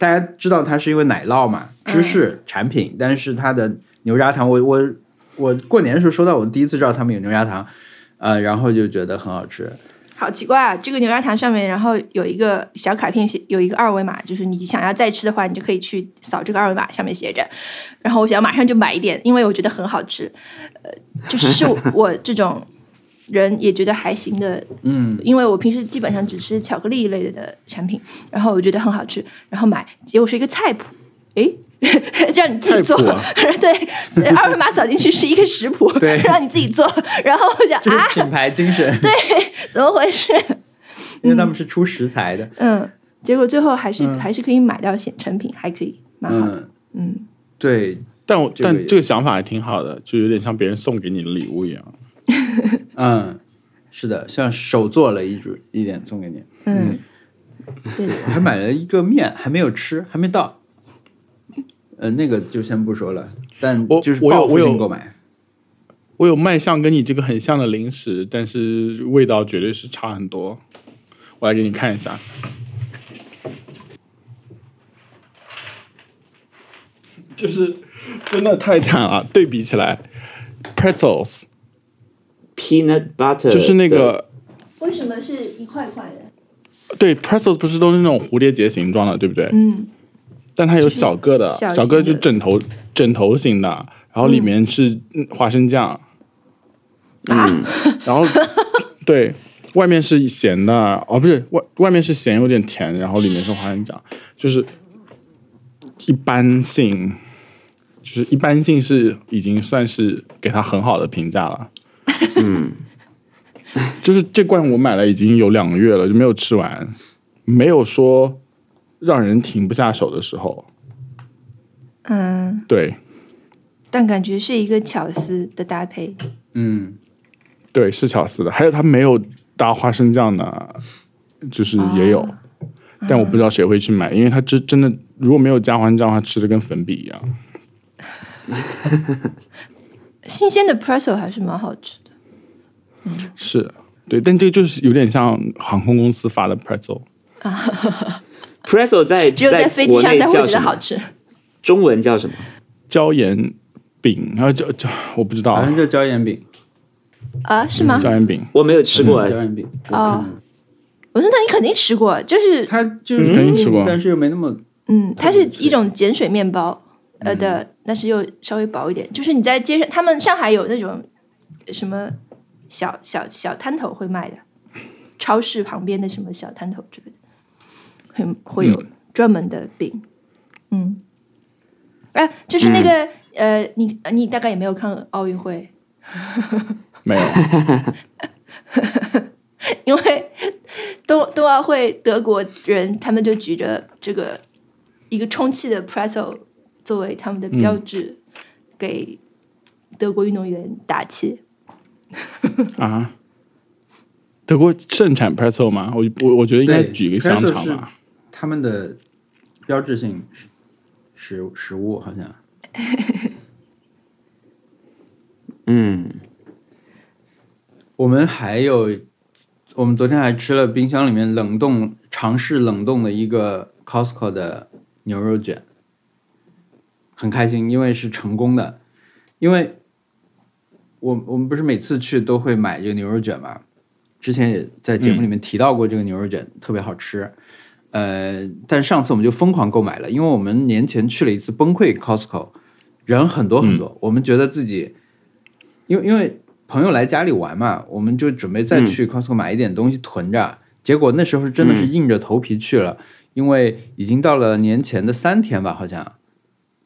S5: 大家知道它是因为奶酪嘛，芝士产品，但是它的牛轧糖，我我我过年的时候收到，我第一次知道他们有牛轧糖，呃，然后就觉得很好吃。
S4: 好奇怪啊！这个牛轧糖上面，然后有一个小卡片写，有一个二维码，就是你想要再吃的话，你就可以去扫这个二维码，上面写着。然后我想马上就买一点，因为我觉得很好吃。呃，就是是我我这种人也觉得还行的，
S5: 嗯，
S4: 因为我平时基本上只吃巧克力类的产品，然后我觉得很好吃，然后买，结果是一个菜谱，诶。 让你自己做，
S2: 菜谱啊
S4: 对，二维码扫进去是一个食谱，
S5: 对
S4: 让你自己做。然后我想
S5: 就是
S4: 啊，
S5: 品牌精神，
S4: 怎么回事？
S5: 因为他们是出食材的。
S4: 嗯，结果最后还
S3: 嗯
S4: 是、还是可以买到现成品，还可以蛮好的。
S5: 嗯，对，
S2: 但我
S5: 这个
S2: 但
S5: 也
S2: 这个想法还挺好的，就有点像别人送给你的礼物一样。
S5: 嗯，是的，像手做了一主一点送给你。
S4: 嗯，对的，
S5: 我还买了一个面，还没有吃，还没到。呃，那个就先不说了，但
S2: 我
S5: 就是
S2: 我有
S5: 报复
S2: 我有
S5: 性购买。
S2: 我有卖相跟你这个很像的零食，但是味道绝对是差很多。我来给你看一下，就是真的太惨了。对比起来，pretzels
S3: ，peanut butter
S2: 就是那个
S4: 为什么是一块块的？
S2: 对，pretzels 不是都是那种蝴蝶结形状的，对不对？
S4: 嗯，
S2: 但它有小个的，
S4: 小型
S2: 小个就
S4: 的
S2: 枕头枕头型的，然后里面是嗯花生酱，
S4: 啊
S3: 嗯，
S2: 然后 对，外面是咸的，哦，不是外外面是咸有点甜，然后里面是花生酱，就是一般性，就是一般性是已经算是给他很好的评价了。嗯，就是这罐我买了已经有两个月了，就没有吃完，没有说让人停不下手的时候。
S4: 嗯，
S2: 对
S4: 但感觉是一个巧思的搭配。
S5: 嗯，
S2: 对，是巧思的，还有它没有搭花生酱的，就是也有。
S4: 哦
S2: 但我不知道谁会去买，因为它真真的如果没有加花生酱的话，吃的跟粉笔一样。
S4: 新鲜的 presso 还是蛮好吃的。
S2: 是对，但这个就是有点像航空公司发的 pretzel，
S3: presso 在
S4: 只有在飞机
S3: 国
S4: 上
S3: 内
S4: 才会
S3: 叫
S4: 觉
S3: 什
S4: 得
S3: 么
S4: 好吃。
S3: 中文叫什么？
S2: 椒盐饼，然后椒椒我不知道啊
S5: 好像叫椒盐饼，
S4: 啊？是吗？
S2: 椒
S3: 嗯
S2: 盐饼，
S3: 我没有吃过，
S2: 嗯
S5: 椒盐饼。
S4: 哦，我说那你肯定吃过，就是
S5: 它就是
S2: 嗯肯定吃过
S5: 但是又没那么
S4: 嗯，它是一种碱水面包，呃的，但是又稍微薄一点。就是你在街上，他们上海有那种什么小小小摊头会卖的，超市旁边的什么小摊头之类的，很会有专门的饼。嗯，哎、就是那个、呃，你你大概也没有看奥运会，
S2: 没有
S4: 因为冬冬奥会德国人他们就举着这个一个充气的 presso 作为他们的标志，给德国运动员打气。
S2: 啊。德国盛产 pretzel 吗？我我我觉得应该
S5: 对
S2: 举一个香肠
S5: pretzel 是
S2: 吧。
S5: 他们的标志性食食物，好像
S3: 嗯，
S5: 我们还有，我们昨天还吃了冰箱里面冷冻尝试冷冻的一个 Costco 的牛肉卷，很开心，因为是成功的，因为我我们不是每次去都会买这个牛肉卷嘛，之前也在节目里面提到过这个牛肉卷、特别好吃，呃，但上次我们就疯狂购买了，因为我们年前去了一次崩溃 Costco，人很多很多，我们觉得自己，因为因为朋友来家里玩嘛，我们就准备再去 Costco 买一点东西囤着，结果那时候是真的是硬着头皮去了，因为已经到了年前的三天吧，好像，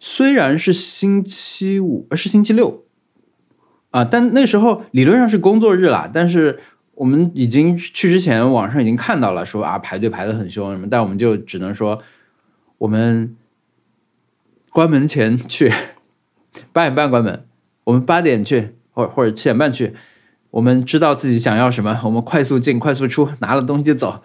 S5: 虽然是星期五，呃，是星期六。啊，但那时候理论上是工作日啦，但是我们已经去之前，网上已经看到了说啊排队排得很凶什么，但我们就只能说我们关门前去，八点半关门，我们八点去，或或者七点半去，我们知道自己想要什么，我们快速进快速出，拿了东西就走，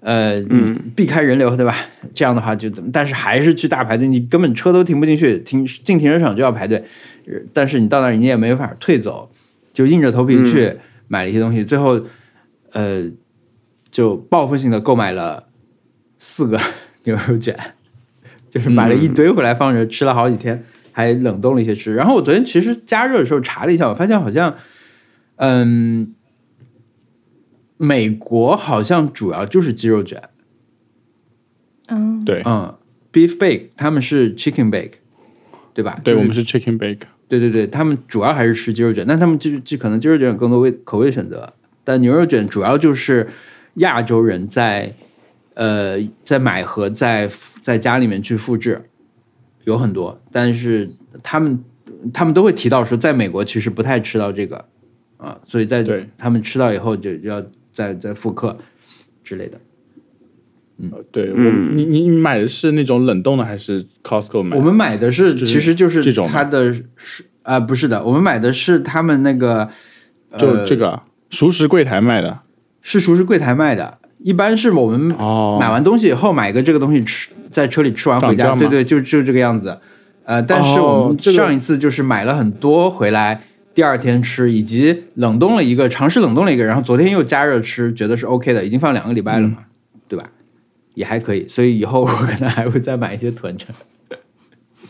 S5: 呃，嗯，避开人流，对吧？这样的话就怎么？但是还是去大排队，你根本车都停不进去，停进停车场就要排队，呃但是你到那儿你也没法退走，就硬着头皮去。买了一些东西，最后呃就报复性的购买了四个 牛肉卷，就是买了一堆回来放着、吃了好几天，还冷冻了一些吃。然后我昨天其实加热的时候查了一下，我发现好像嗯，美国好像主要就是鸡肉卷，
S4: 嗯，
S2: 对
S5: 嗯，beef bake 他们是 chicken bake，对吧？
S2: 对，
S5: 就
S2: 我
S5: 是
S2: 们是 chicken bake，
S5: 对对对，他们主要还是吃鸡肉卷，但他们就就可能鸡肉卷有更多味口味选择，但牛肉卷主要就是亚洲人在呃在买和在在家里面去复制，有很多，但是他们他们都会提到说，在美国其实不太吃到这个啊，所以在
S2: 对
S5: 他们吃到以后就要再再复刻之类的。
S2: 呃对我你你你买的是那种冷冻的还是 Costco 买的？
S5: 嗯我们买的是，
S2: 就是
S5: 其实就是
S2: 这种
S5: 它的是啊、不是的，我们买的是他们那个
S2: 就这
S5: 个。
S2: 个啊熟食柜台卖的
S5: 是熟食柜台卖的，一般是我们
S2: 哦，
S5: 买完东西以后买个这个东西吃，在车里吃完
S2: 涨
S5: 回
S2: 价
S5: 家，
S2: 吗
S5: 对对，就就这个样子。呃，但是我
S2: 哦
S5: 们
S2: 这个
S5: 上一次就是买了很多回来，第二天吃，以及冷冻了一个，尝试冷冻了一个，然后昨天又加热吃，觉得是 OK 的，已经放两个礼拜了嘛，
S2: 嗯
S5: 对吧？也还可以，所以以后我可能还会再买一些囤着。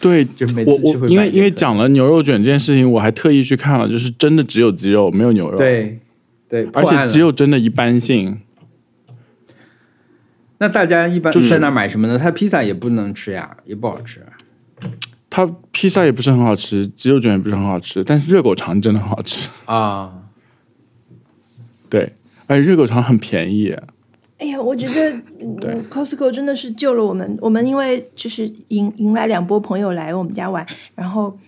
S2: 对，
S5: 就每次
S2: 我
S5: 去会
S2: 我因
S5: 买
S2: 为
S5: 一
S2: 因为
S5: 份
S2: 讲了牛肉卷这件事情，我还特意去看了，就是真的只有鸡肉，没有牛肉。，
S5: 对对，
S2: 而
S5: 破案
S2: 且
S5: 了
S2: 鸡肉真的一般性。
S5: 那大家一般在那买什么呢？它披萨也不能吃呀，也不好吃。啊
S2: 它披萨也不是很好吃，鸡肉卷也不是很好吃，但是热狗肠真的很好吃。
S5: 啊，
S2: 对，而且热狗肠很便宜，
S4: 哎呀，我觉得 嗯 Costco 真的是救了我们。我们因为就是迎迎来两波朋友来我们家玩，然后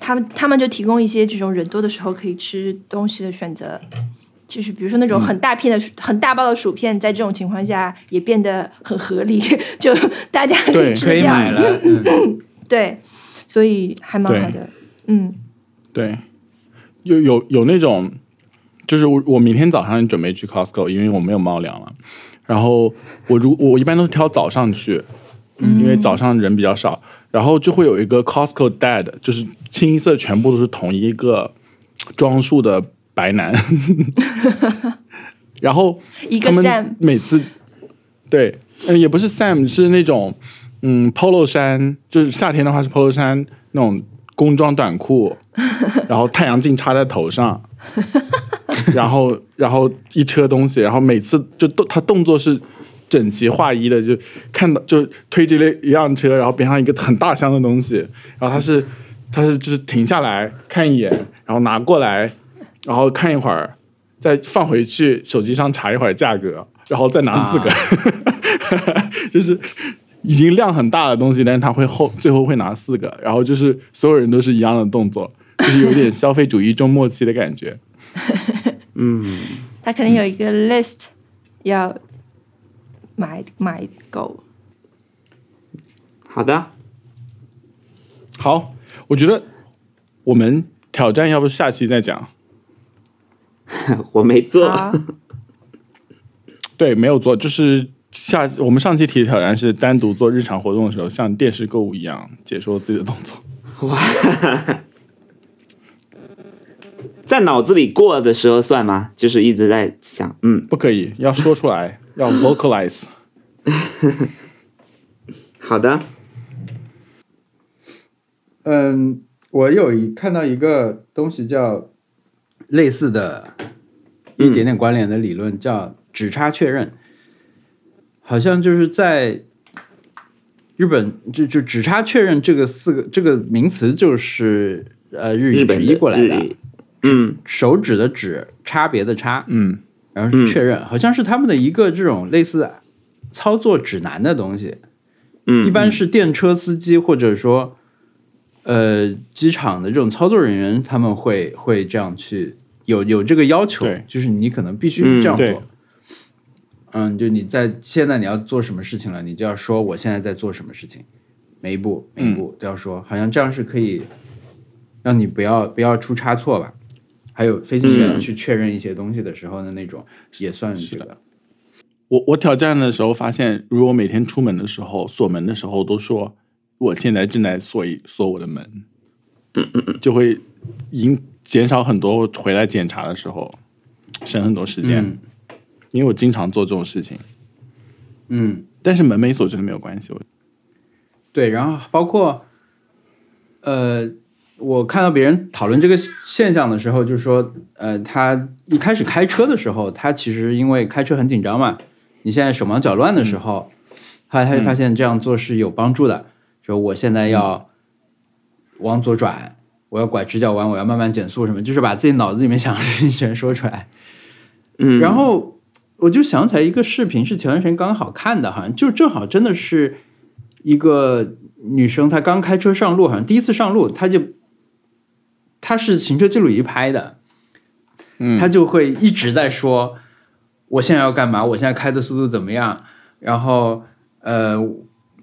S4: 他们他们就提供一些这种人多的时候可以吃东西的选择，就是比如说那
S2: 嗯
S4: 种很大片的、很大包的薯片，在这种情况下也变得很合理， 就大家可以
S2: 对
S4: 吃
S5: 可以
S4: 掉。
S5: 买了。嗯
S4: 对，所以还蛮好的。嗯，
S2: 对，有有有那种，就是我我明天早上准备去 Costco，因为我没有猫粮了。然后我如我一般都是挑早上去，因为早上人比较少，然后就会有一个 Costco Dad，就是清一色全部都是同一个装束的白男， 然后
S4: 一个
S2: 他
S4: Sam
S2: 们每次对，呃，也不是 Sam，是那种嗯 polo 衫，就是夏天的话是 polo 衫那种工装短裤，然后太阳镜插在头上， 然后然后一车东西，然后每次就动他动作是整齐划一的，就看到就推着一一辆车，然后边上一个很大箱的东西，然后他是他是就是停下来看一眼，然后拿过来，然后看一会儿，再放回去手机上查一会儿价格，然后再拿四个，啊 就是。已经量很大的东西，但是他会后最后会拿四个，然后就是所有人都是一样的动作，就是有点消费主义中末期的感觉。
S4: 他可
S2: 嗯
S4: 能有一个 list 要买买 狗。
S3: 好的，
S2: 好，我觉得我们挑战要不下期再讲。
S3: 我没做。
S4: 好，
S2: 对，没有做，就是下我们上期提的挑战是单独做日常活动的时候，像电视购物一样解说自己的动作。
S3: 在脑子里过的时候算吗？就是一直在想，嗯，
S2: 不可以，要说出来， 要 vocalize。
S3: 好的，
S5: 嗯，我有一看到一个东西叫类似的，一点点关联的理论叫指差确认，好像就是在日本就就指差确认这个四个这个名词就是呃日
S3: 日
S5: 语
S3: 本
S5: 直
S3: 的
S5: 译过来
S3: 日
S5: 的，
S3: 语嗯，
S5: 手指的指差别的差，
S2: 嗯，
S5: 然后是确认，好像是他们的一个这种类似操作指南的东西。
S3: 嗯
S5: 一般是电车司机或者说呃机场的这种操作人员，他们会会这样去有有这个要求
S2: 对，
S5: 就是你可能必须
S3: 嗯
S5: 这样
S2: 对
S5: 做。嗯，就你在现在你要做什么事情了，你就要说我现在在做什么事情，每一步每一步都要说，好像这样是可以让你不要不要出差错吧。还有飞行员去确认一些东西的时候的那种，也算是这个。
S2: 我我挑战的时候发现，如果每天出门的时候锁门的时候都说我现在正在锁一锁我的门，
S5: 嗯
S2: 就会引减少很多回来检查的时候省很多时间，
S5: 嗯
S2: 因为我经常做这种事情。
S5: 嗯，
S2: 但是门没锁真的没有关系，我
S5: 对，然后包括，呃，我看到别人讨论这个现象的时候，就是说，呃，他一开始开车的时候，他其实因为开车很紧张嘛，你现在手忙脚乱的时候，后来他就发现这样做是有帮助的，说我现在要往左转，我要拐直角弯，我要慢慢减速什么，就是把自己脑子里面想的事情全说出来。
S3: 嗯，
S5: 然后我就想起来一个视频，是前段时间刚好看的，好像就正好真的是一个女生，她刚开车上路，好像第一次上路，她就她是行车记录仪拍的，
S2: 嗯
S5: 她就会一直在说我现在要干嘛，我现在开的速度怎么样，然后呃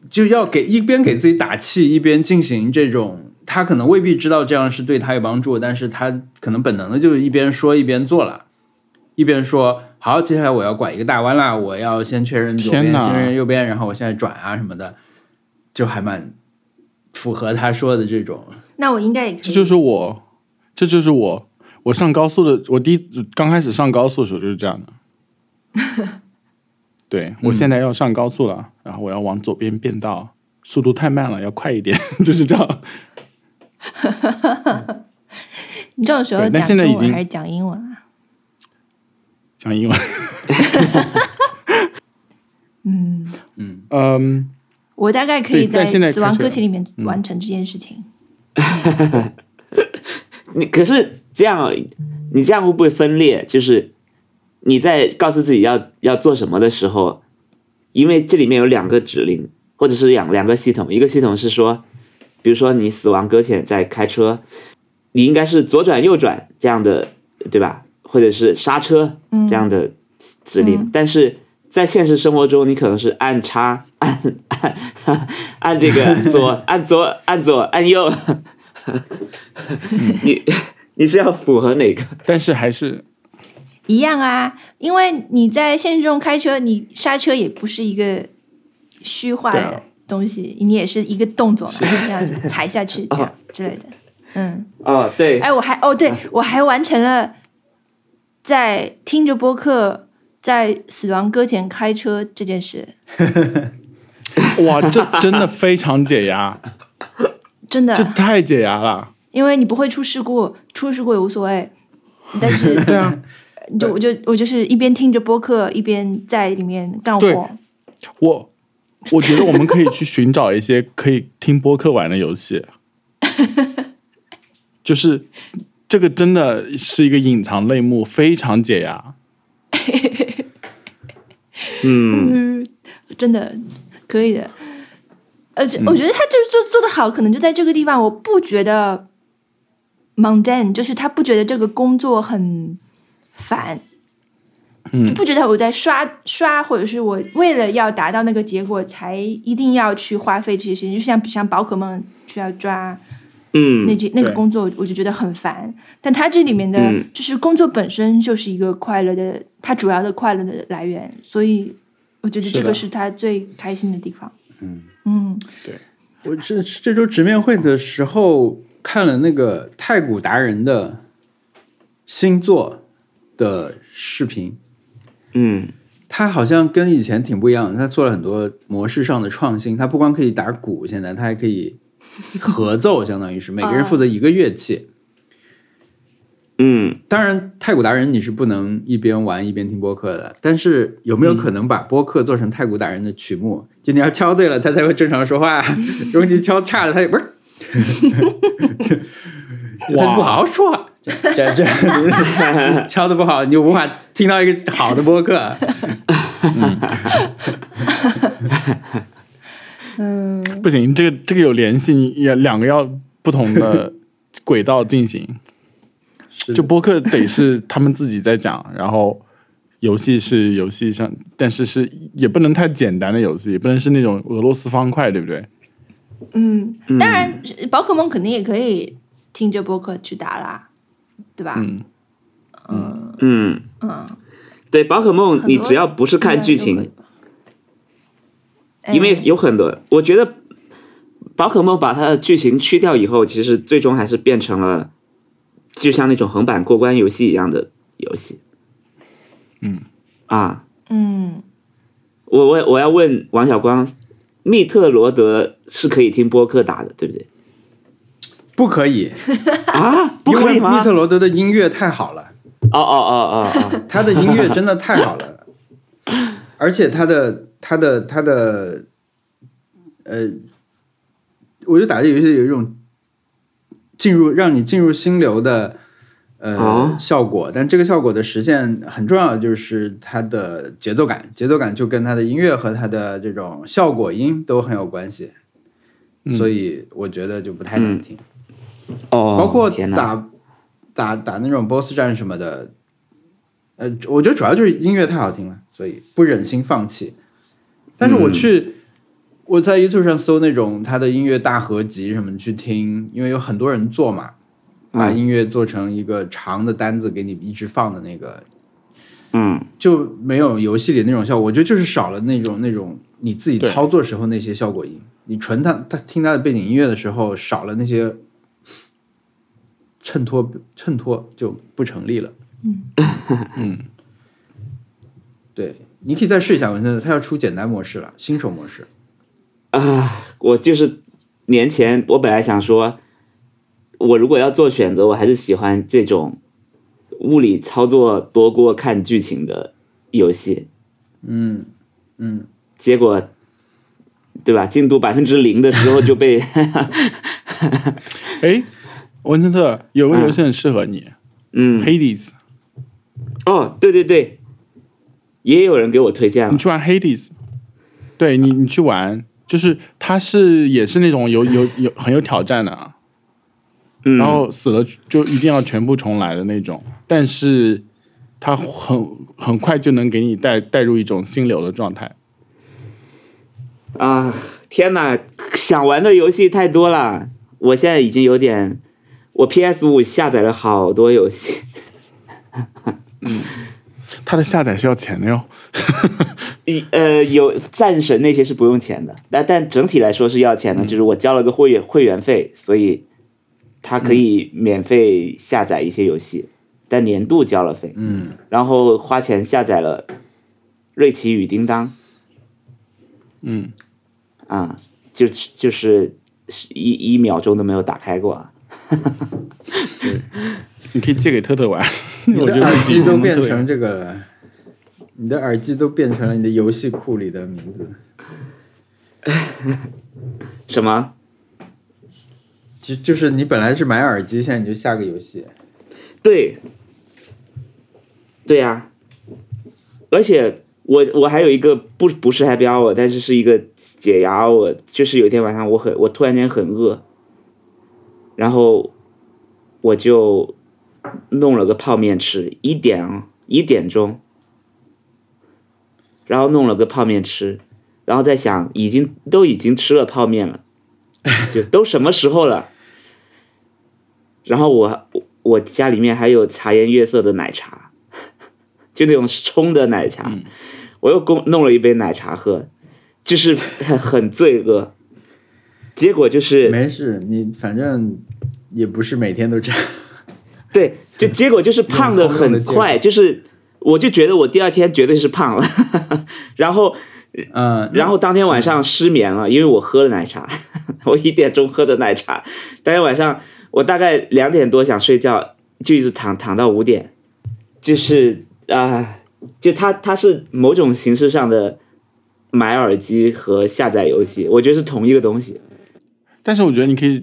S5: 就要给一边给自己打气，一边进行这种。她可能未必知道这样是对她有帮助，但是她可能本能的就是一边说一边做了。一边说好，接下来我要拐一个大弯啦，我要先确认左边，
S2: 天哪
S5: 先确认右边，然后我现在转啊什么的，就还蛮符合他说的这种。
S4: 那我应该也可以。
S2: 这就是我，这就是我。我上高速的，我第一刚开始上高速的时候就是这样的。对我现在要上高速了，然后我要往左边变道，速度太慢了，要快一点， 就是这样。
S4: 你这种时候
S2: 对
S4: 讲
S2: 但现在
S4: 中
S2: 已
S4: 文
S2: 经
S4: 还是讲英文啊？
S2: 讲英文，
S4: 嗯
S2: 嗯，
S4: 我大概可以
S2: 对但现在
S4: 死亡
S2: 开始嗯
S4: 搁浅里面完成这件事情。
S3: 你可是这样，你这样会不会分裂？就是你在告诉自己要要做什么的时候，因为这里面有两个指令，或者是两两个系统，一个系统是说，比如说你死亡搁浅在开车，你应该是左转右转这样的，对吧？或者是刹车这样的指令，
S4: 嗯
S3: 但是。在现实生活中，你可能是按叉、按按按这个 左、按左、按左、按右，
S4: 嗯
S3: 你你是要符合哪个？
S2: 但是还是
S4: 一样啊，因为你在现实中开车，你刹车也不是一个虚化
S2: 对
S4: 的
S2: 啊
S4: 东西，你也是一个动作嘛，这 样子踩下
S2: 哦
S4: 去这样之类的。嗯，
S3: 哦，对，
S4: 哎，我还哦，对我还完成了在听着播客在死亡搁浅开车这件事，
S2: 哇，这真的非常解压，
S4: 真的
S2: 这，太解压了。
S4: 因为你不会出事故，出事故也无所 谓，但是
S2: 对啊，
S4: 你就我就我就是一边听着播客一边在里面干
S2: 对
S4: 活。
S2: 我我觉得我们可以去寻找一些可以听播客玩的游戏，就是这个真的是一个隐藏类目，非常解压。
S3: 嗯，
S4: 嗯，真的可以的。而
S2: 嗯
S4: 且我觉得他就是做做的好，可能就在这个地方，我不觉得 mundane，就是他不觉得这个工作很烦，
S2: 嗯
S4: 就不觉得我在刷刷，或者是我为了要达到那个结果才一定要去花费这些时间，就像像宝可梦需要抓
S3: 嗯
S4: 那，这那个
S2: 对
S4: 工作，我就觉得很烦。但他这里面的
S3: 嗯
S4: 就是工作本身就是一个快乐的，他主要的快乐的来源，所以我觉得
S2: 是
S4: 这个
S2: 的
S4: 是他最开心的地方。嗯
S5: 我这这周直面会的时候看了那个太古达人的星座的视频，
S3: 嗯，
S5: 他好像跟以前挺不一样的，他做了很多模式上的创新。他不光可以打鼓，现在他还可以合奏，相当于是每个人负责一个乐器。
S3: 嗯，
S5: 当然，太鼓达人你是不能一边玩一边听播客的，但是有没有可能把播客做成太鼓达人的曲
S3: 嗯
S5: 目？就你要敲对了，他才会正常 说话；如果你敲差了，他也不是， 就他就不好好说话。这这这敲的不好，你就无法听到一个好的播客。
S4: 嗯
S2: 不行，这个这个有联系，你也两个要不同的轨道进行。
S5: 是
S2: 就播客得是他们自己在讲，然后游戏是游戏上，但是是也不能太简单的游戏，也不能是那种俄罗斯方块，对不对？
S4: 嗯，当然，宝可梦肯定也可以听着播客去打啦，对吧？
S2: 嗯
S3: 嗯
S4: 嗯，
S3: 对，宝可梦
S4: 很多
S3: 你只要不是看剧
S4: 应啊该
S3: 情，
S4: 都可以吧，哎
S3: 因为有很多，我觉得宝可梦把它的剧情去掉以后，其实最终还是变成了就像那种横版过关游戏一样的游戏。
S2: 嗯
S3: 啊，
S4: 嗯，
S3: 我我我要问王小光，密特罗德是可以听播客打的，对不对？
S5: 不可以，
S3: 啊，不
S5: 因
S3: 可以
S5: 为密
S3: 吗？
S5: 特罗德的音乐太好了，
S3: 哦哦哦哦哦，
S5: 他的音乐真的太好了，而且他的他的他的，呃，我就打这游戏有一种进入让你进入心流的呃、
S3: 哦
S5: 效果，但这个效果的实现很重要的就是它的节奏感，节奏感就跟它的音乐和它的这种效果音都很有关系，所以我觉得就不太能
S3: 嗯
S5: 听。
S3: 哦，
S5: 包括
S3: 天哪，
S5: 打打打那种 boss 战什么的，呃，我觉得主要就是音乐太好听了，所以不忍心放弃。
S3: 嗯
S5: 但是我去、我在 YouTube 上搜那种他的音乐大合集什么的去听，因为有很多人做嘛，把
S3: 嗯
S5: 音乐做成一个长的单子给你一直放的那个，
S3: 嗯
S5: 就没有游戏里那种效果。我觉得就是少了那种那种你自己
S2: 对
S5: 操作时候那些效果音。你纯他他听他的背景音乐的时候，少了那些衬托衬托就不成立了。
S2: 嗯，
S5: 对，你可以再试一下文森特，他要出简单模式了，新手 模式。
S3: 我就是年前，我本来想说，我如果要做选择，我还是喜欢这种物理操作多过看剧情的游戏。
S5: 嗯嗯，
S3: 结果对吧？进度百分之零的时候就被
S2: 哎，文森特有个游戏很适合你，
S3: 嗯
S2: Hades，
S3: 哦，对对对，也有人给我推荐了
S2: 你，去玩 Hades，对你你去玩，就是它是也是那种有有有很有挑战的啊。
S3: 嗯，
S2: 然后死了就一定要全部重来的那种，但是它很很快就能给你带带入一种心流的状态。
S3: 啊，天哪，想玩的游戏太多了，我现在已经有点，我 PS 五下载了好多游戏，
S2: 它的下载是要钱的哟。
S3: 一呃，有战神那些是不用钱的，但但整体来说是要钱的，就是我交了个会员会员费，所以它可以免费下载一些游戏，但年度交了费，嗯，然后花钱下载了《瑞奇与叮当》，
S2: 嗯，
S3: 啊，就是就是一一秒钟都没有打开过啊，
S2: 你可以借给特特玩，
S5: 你
S2: 我觉
S5: 的
S2: 得
S5: 耳机都变
S2: 特别
S5: 成这个了，你的耳机都变成了你的游戏库里的名字。
S3: 什么？
S5: 就就是你本来是买耳机，现在你就下个游戏。
S3: 对，对呀、而且我我还有一个不不是 happy hour，但是是一个解压我就是有一天晚上我很我突然间很饿，然后我就弄了个泡面吃，一点哦一点钟，然后弄了个泡面吃，然后在想已经都已经吃了泡面了，就都什么时候了，然后我我家里面还有茶颜悦色的奶茶，就那种冲的奶茶，我又弄弄了一杯奶茶喝，就是很很罪恶。结果就是
S5: 没事，你反正也不是每天都这样。
S3: 对，就结果就是胖的很快，就是我就觉得我第二天绝对是胖了， 然后
S5: 嗯，
S3: 然后当天晚上失眠了，因为我喝了奶茶， 我一点钟喝的奶茶。当天晚上我大概两点多想睡觉，就一直躺躺到五点，就是啊、就它它是某种形式上的买耳机和下载游戏，我觉得是同一个东西。
S2: 但是我觉得你可以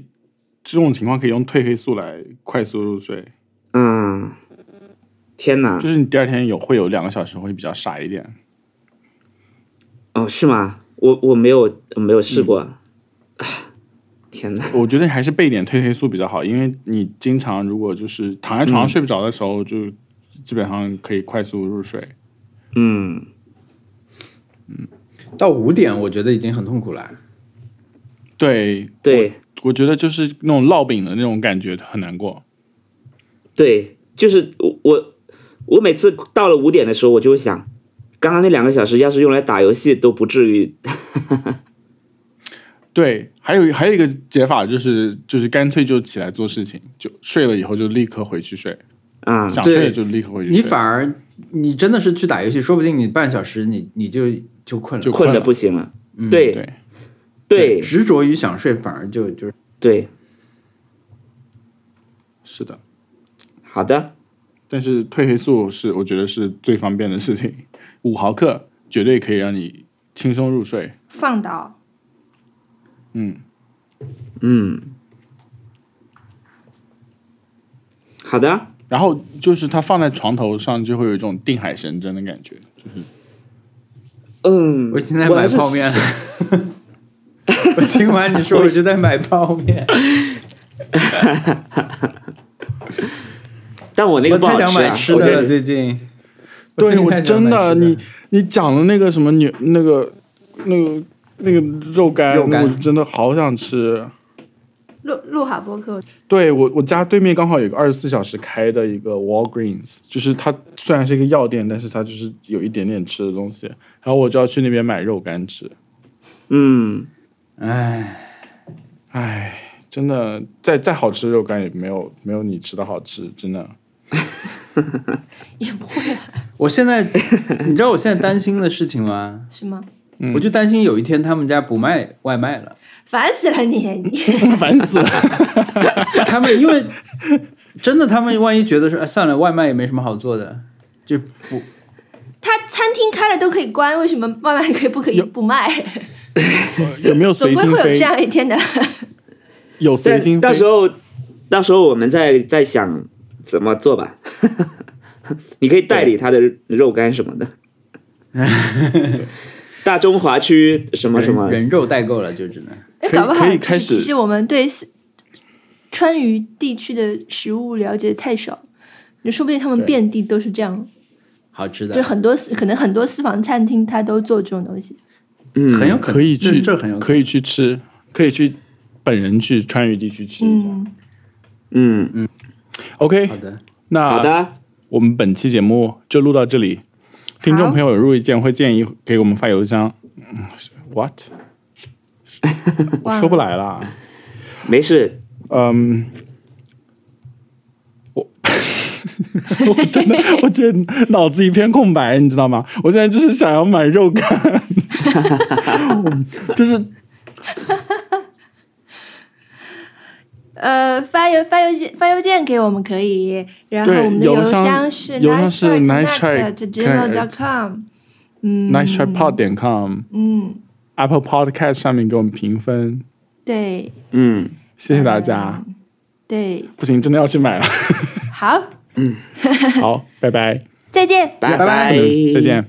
S2: 这种情况可以用褪黑素来快速入睡，
S3: 嗯，天哪
S2: 就，是你第二天有会有两个小时会比较傻一点。
S3: 哦，是吗？我我没有我没有
S5: 嗯
S3: 试过，啊，天哪，
S2: 我觉得还是备点褪黑素比较好，因为你经常如果就是躺在床上睡不着的时候，就基本上可以快速入睡。
S3: 嗯，
S5: 到五点，我觉得已经很痛苦了。
S2: 对，
S3: 对。
S2: 我觉得就是那种烙饼的那种感觉很难过。
S3: 对，就是我我我每次到了五点的时候，我就会想，刚刚那两个小时要是用来打游戏，都不至于。
S2: 对，还有还有一个解法就是就是干脆就起来做事情，就睡了以后就立刻回去睡，
S3: 啊、
S2: 想睡
S5: 嗯对
S2: 就立刻回去睡。
S5: 你反而，你真的是去打游戏，说不定你半小时你你就就困了。嗯
S2: 就困
S3: 困的
S2: 了
S3: 不行了。对
S2: 对
S3: 对
S5: 执着于想睡，反而就就是
S3: 对，
S2: 是的，
S3: 好的，
S2: 但是褪黑素是我觉得是最方便的事情，五毫克绝对可以让你轻松入睡。
S4: 放倒。
S2: 嗯，
S3: 嗯，好的，
S2: 然后就是它放在床头上就会有一种定海神针的感觉。
S3: 嗯，
S5: 我现在
S3: 还
S5: 买
S3: 是
S5: 泡面 了。 我听完你说，我就在买泡面。
S3: 但我那
S5: 我
S3: 个不
S5: 太
S3: 好
S5: 想
S3: 吃、啊
S5: 买，吃
S3: 我
S5: 的
S3: 觉
S5: 了，
S3: 得
S5: 最近。
S2: 对
S5: 最近
S2: 我
S5: 太想
S2: 真
S5: 买
S2: 的
S5: 吃
S2: 你你讲的那个什么牛那个那个那个肉干，
S5: 肉干
S2: 我真的好想吃。
S4: 录录好播客，
S2: 对我，我家对面刚好有个二十四小时开的一个 Walgreens，就是它虽然是一个药店，但是它就是有一点点吃的东西。然后我就要去那边买肉干吃。
S3: 嗯，
S5: 唉，
S2: 唉，真的，再再好吃的肉干也没有没有你吃的好吃，真的。
S4: 也不会啊，
S5: 我 现在你知道我现在担心的事情吗？
S4: 是吗？
S3: 嗯
S5: 我就担心有一天他们家不卖外卖了。
S4: 烦死了你！你
S2: 烦死了。
S5: 他们因 为真的，他们万一觉得说、哎、算了，外卖也没什么好做的，就不
S4: 他餐厅开了都可以关，为什么外卖可以不可以不卖？
S2: 有没有
S4: 总
S2: 随
S4: 会
S2: 心
S4: 会有
S2: 飞
S4: 这？样一 天的。
S2: 有随心飞，
S3: 到时候到时候我们再再想怎么做吧。 你可以代理他的肉干什么的。大中华区什么什么
S5: 人肉代购了就只能。
S4: 哎，
S2: 可以
S4: 搞不好
S2: 可以
S4: 就是
S2: 开始
S4: 其实我们对四川渝地区的食物了解太少，就说不定他们
S2: 对
S4: 遍地都是这样，
S5: 好吃的，
S4: 就很多私可能很多私房餐厅他都做这种东西。
S3: 嗯
S5: 很有
S2: 可以
S5: 这
S2: 去，
S5: 这很有
S2: 可以去吃，可以去本人去川渝地区吃一下。
S4: 嗯，
S3: 嗯，
S2: OK，
S5: 好的，
S2: 那
S3: 好的，
S2: 我们本期节目就录到这里。听众朋友有入意见或建议，给我们发邮箱。嗯 What？我
S4: 哇
S2: 说不来啦。
S3: 没事，
S2: 嗯，我 我真的，我真的脑子一片空白，你知道吗？我现在就是想要买肉干，就是
S4: 呃，发邮发邮件发邮件给我们可以，然后
S2: 对
S4: 我们的
S2: 邮箱
S4: 箱是
S2: 邮箱是
S4: nice
S2: nice try-
S4: gmail.com。嗯
S2: nice try pod 点 com。
S4: 嗯，
S2: Apple Podcast 上面给我们评分，
S4: 对
S3: 嗯，
S2: 谢谢大家。
S4: 嗯对，
S2: 不行，真的要去 买了。
S4: 好，
S2: 好，拜拜，
S4: 再见。
S3: 拜
S5: 拜拜
S2: 嗯再见。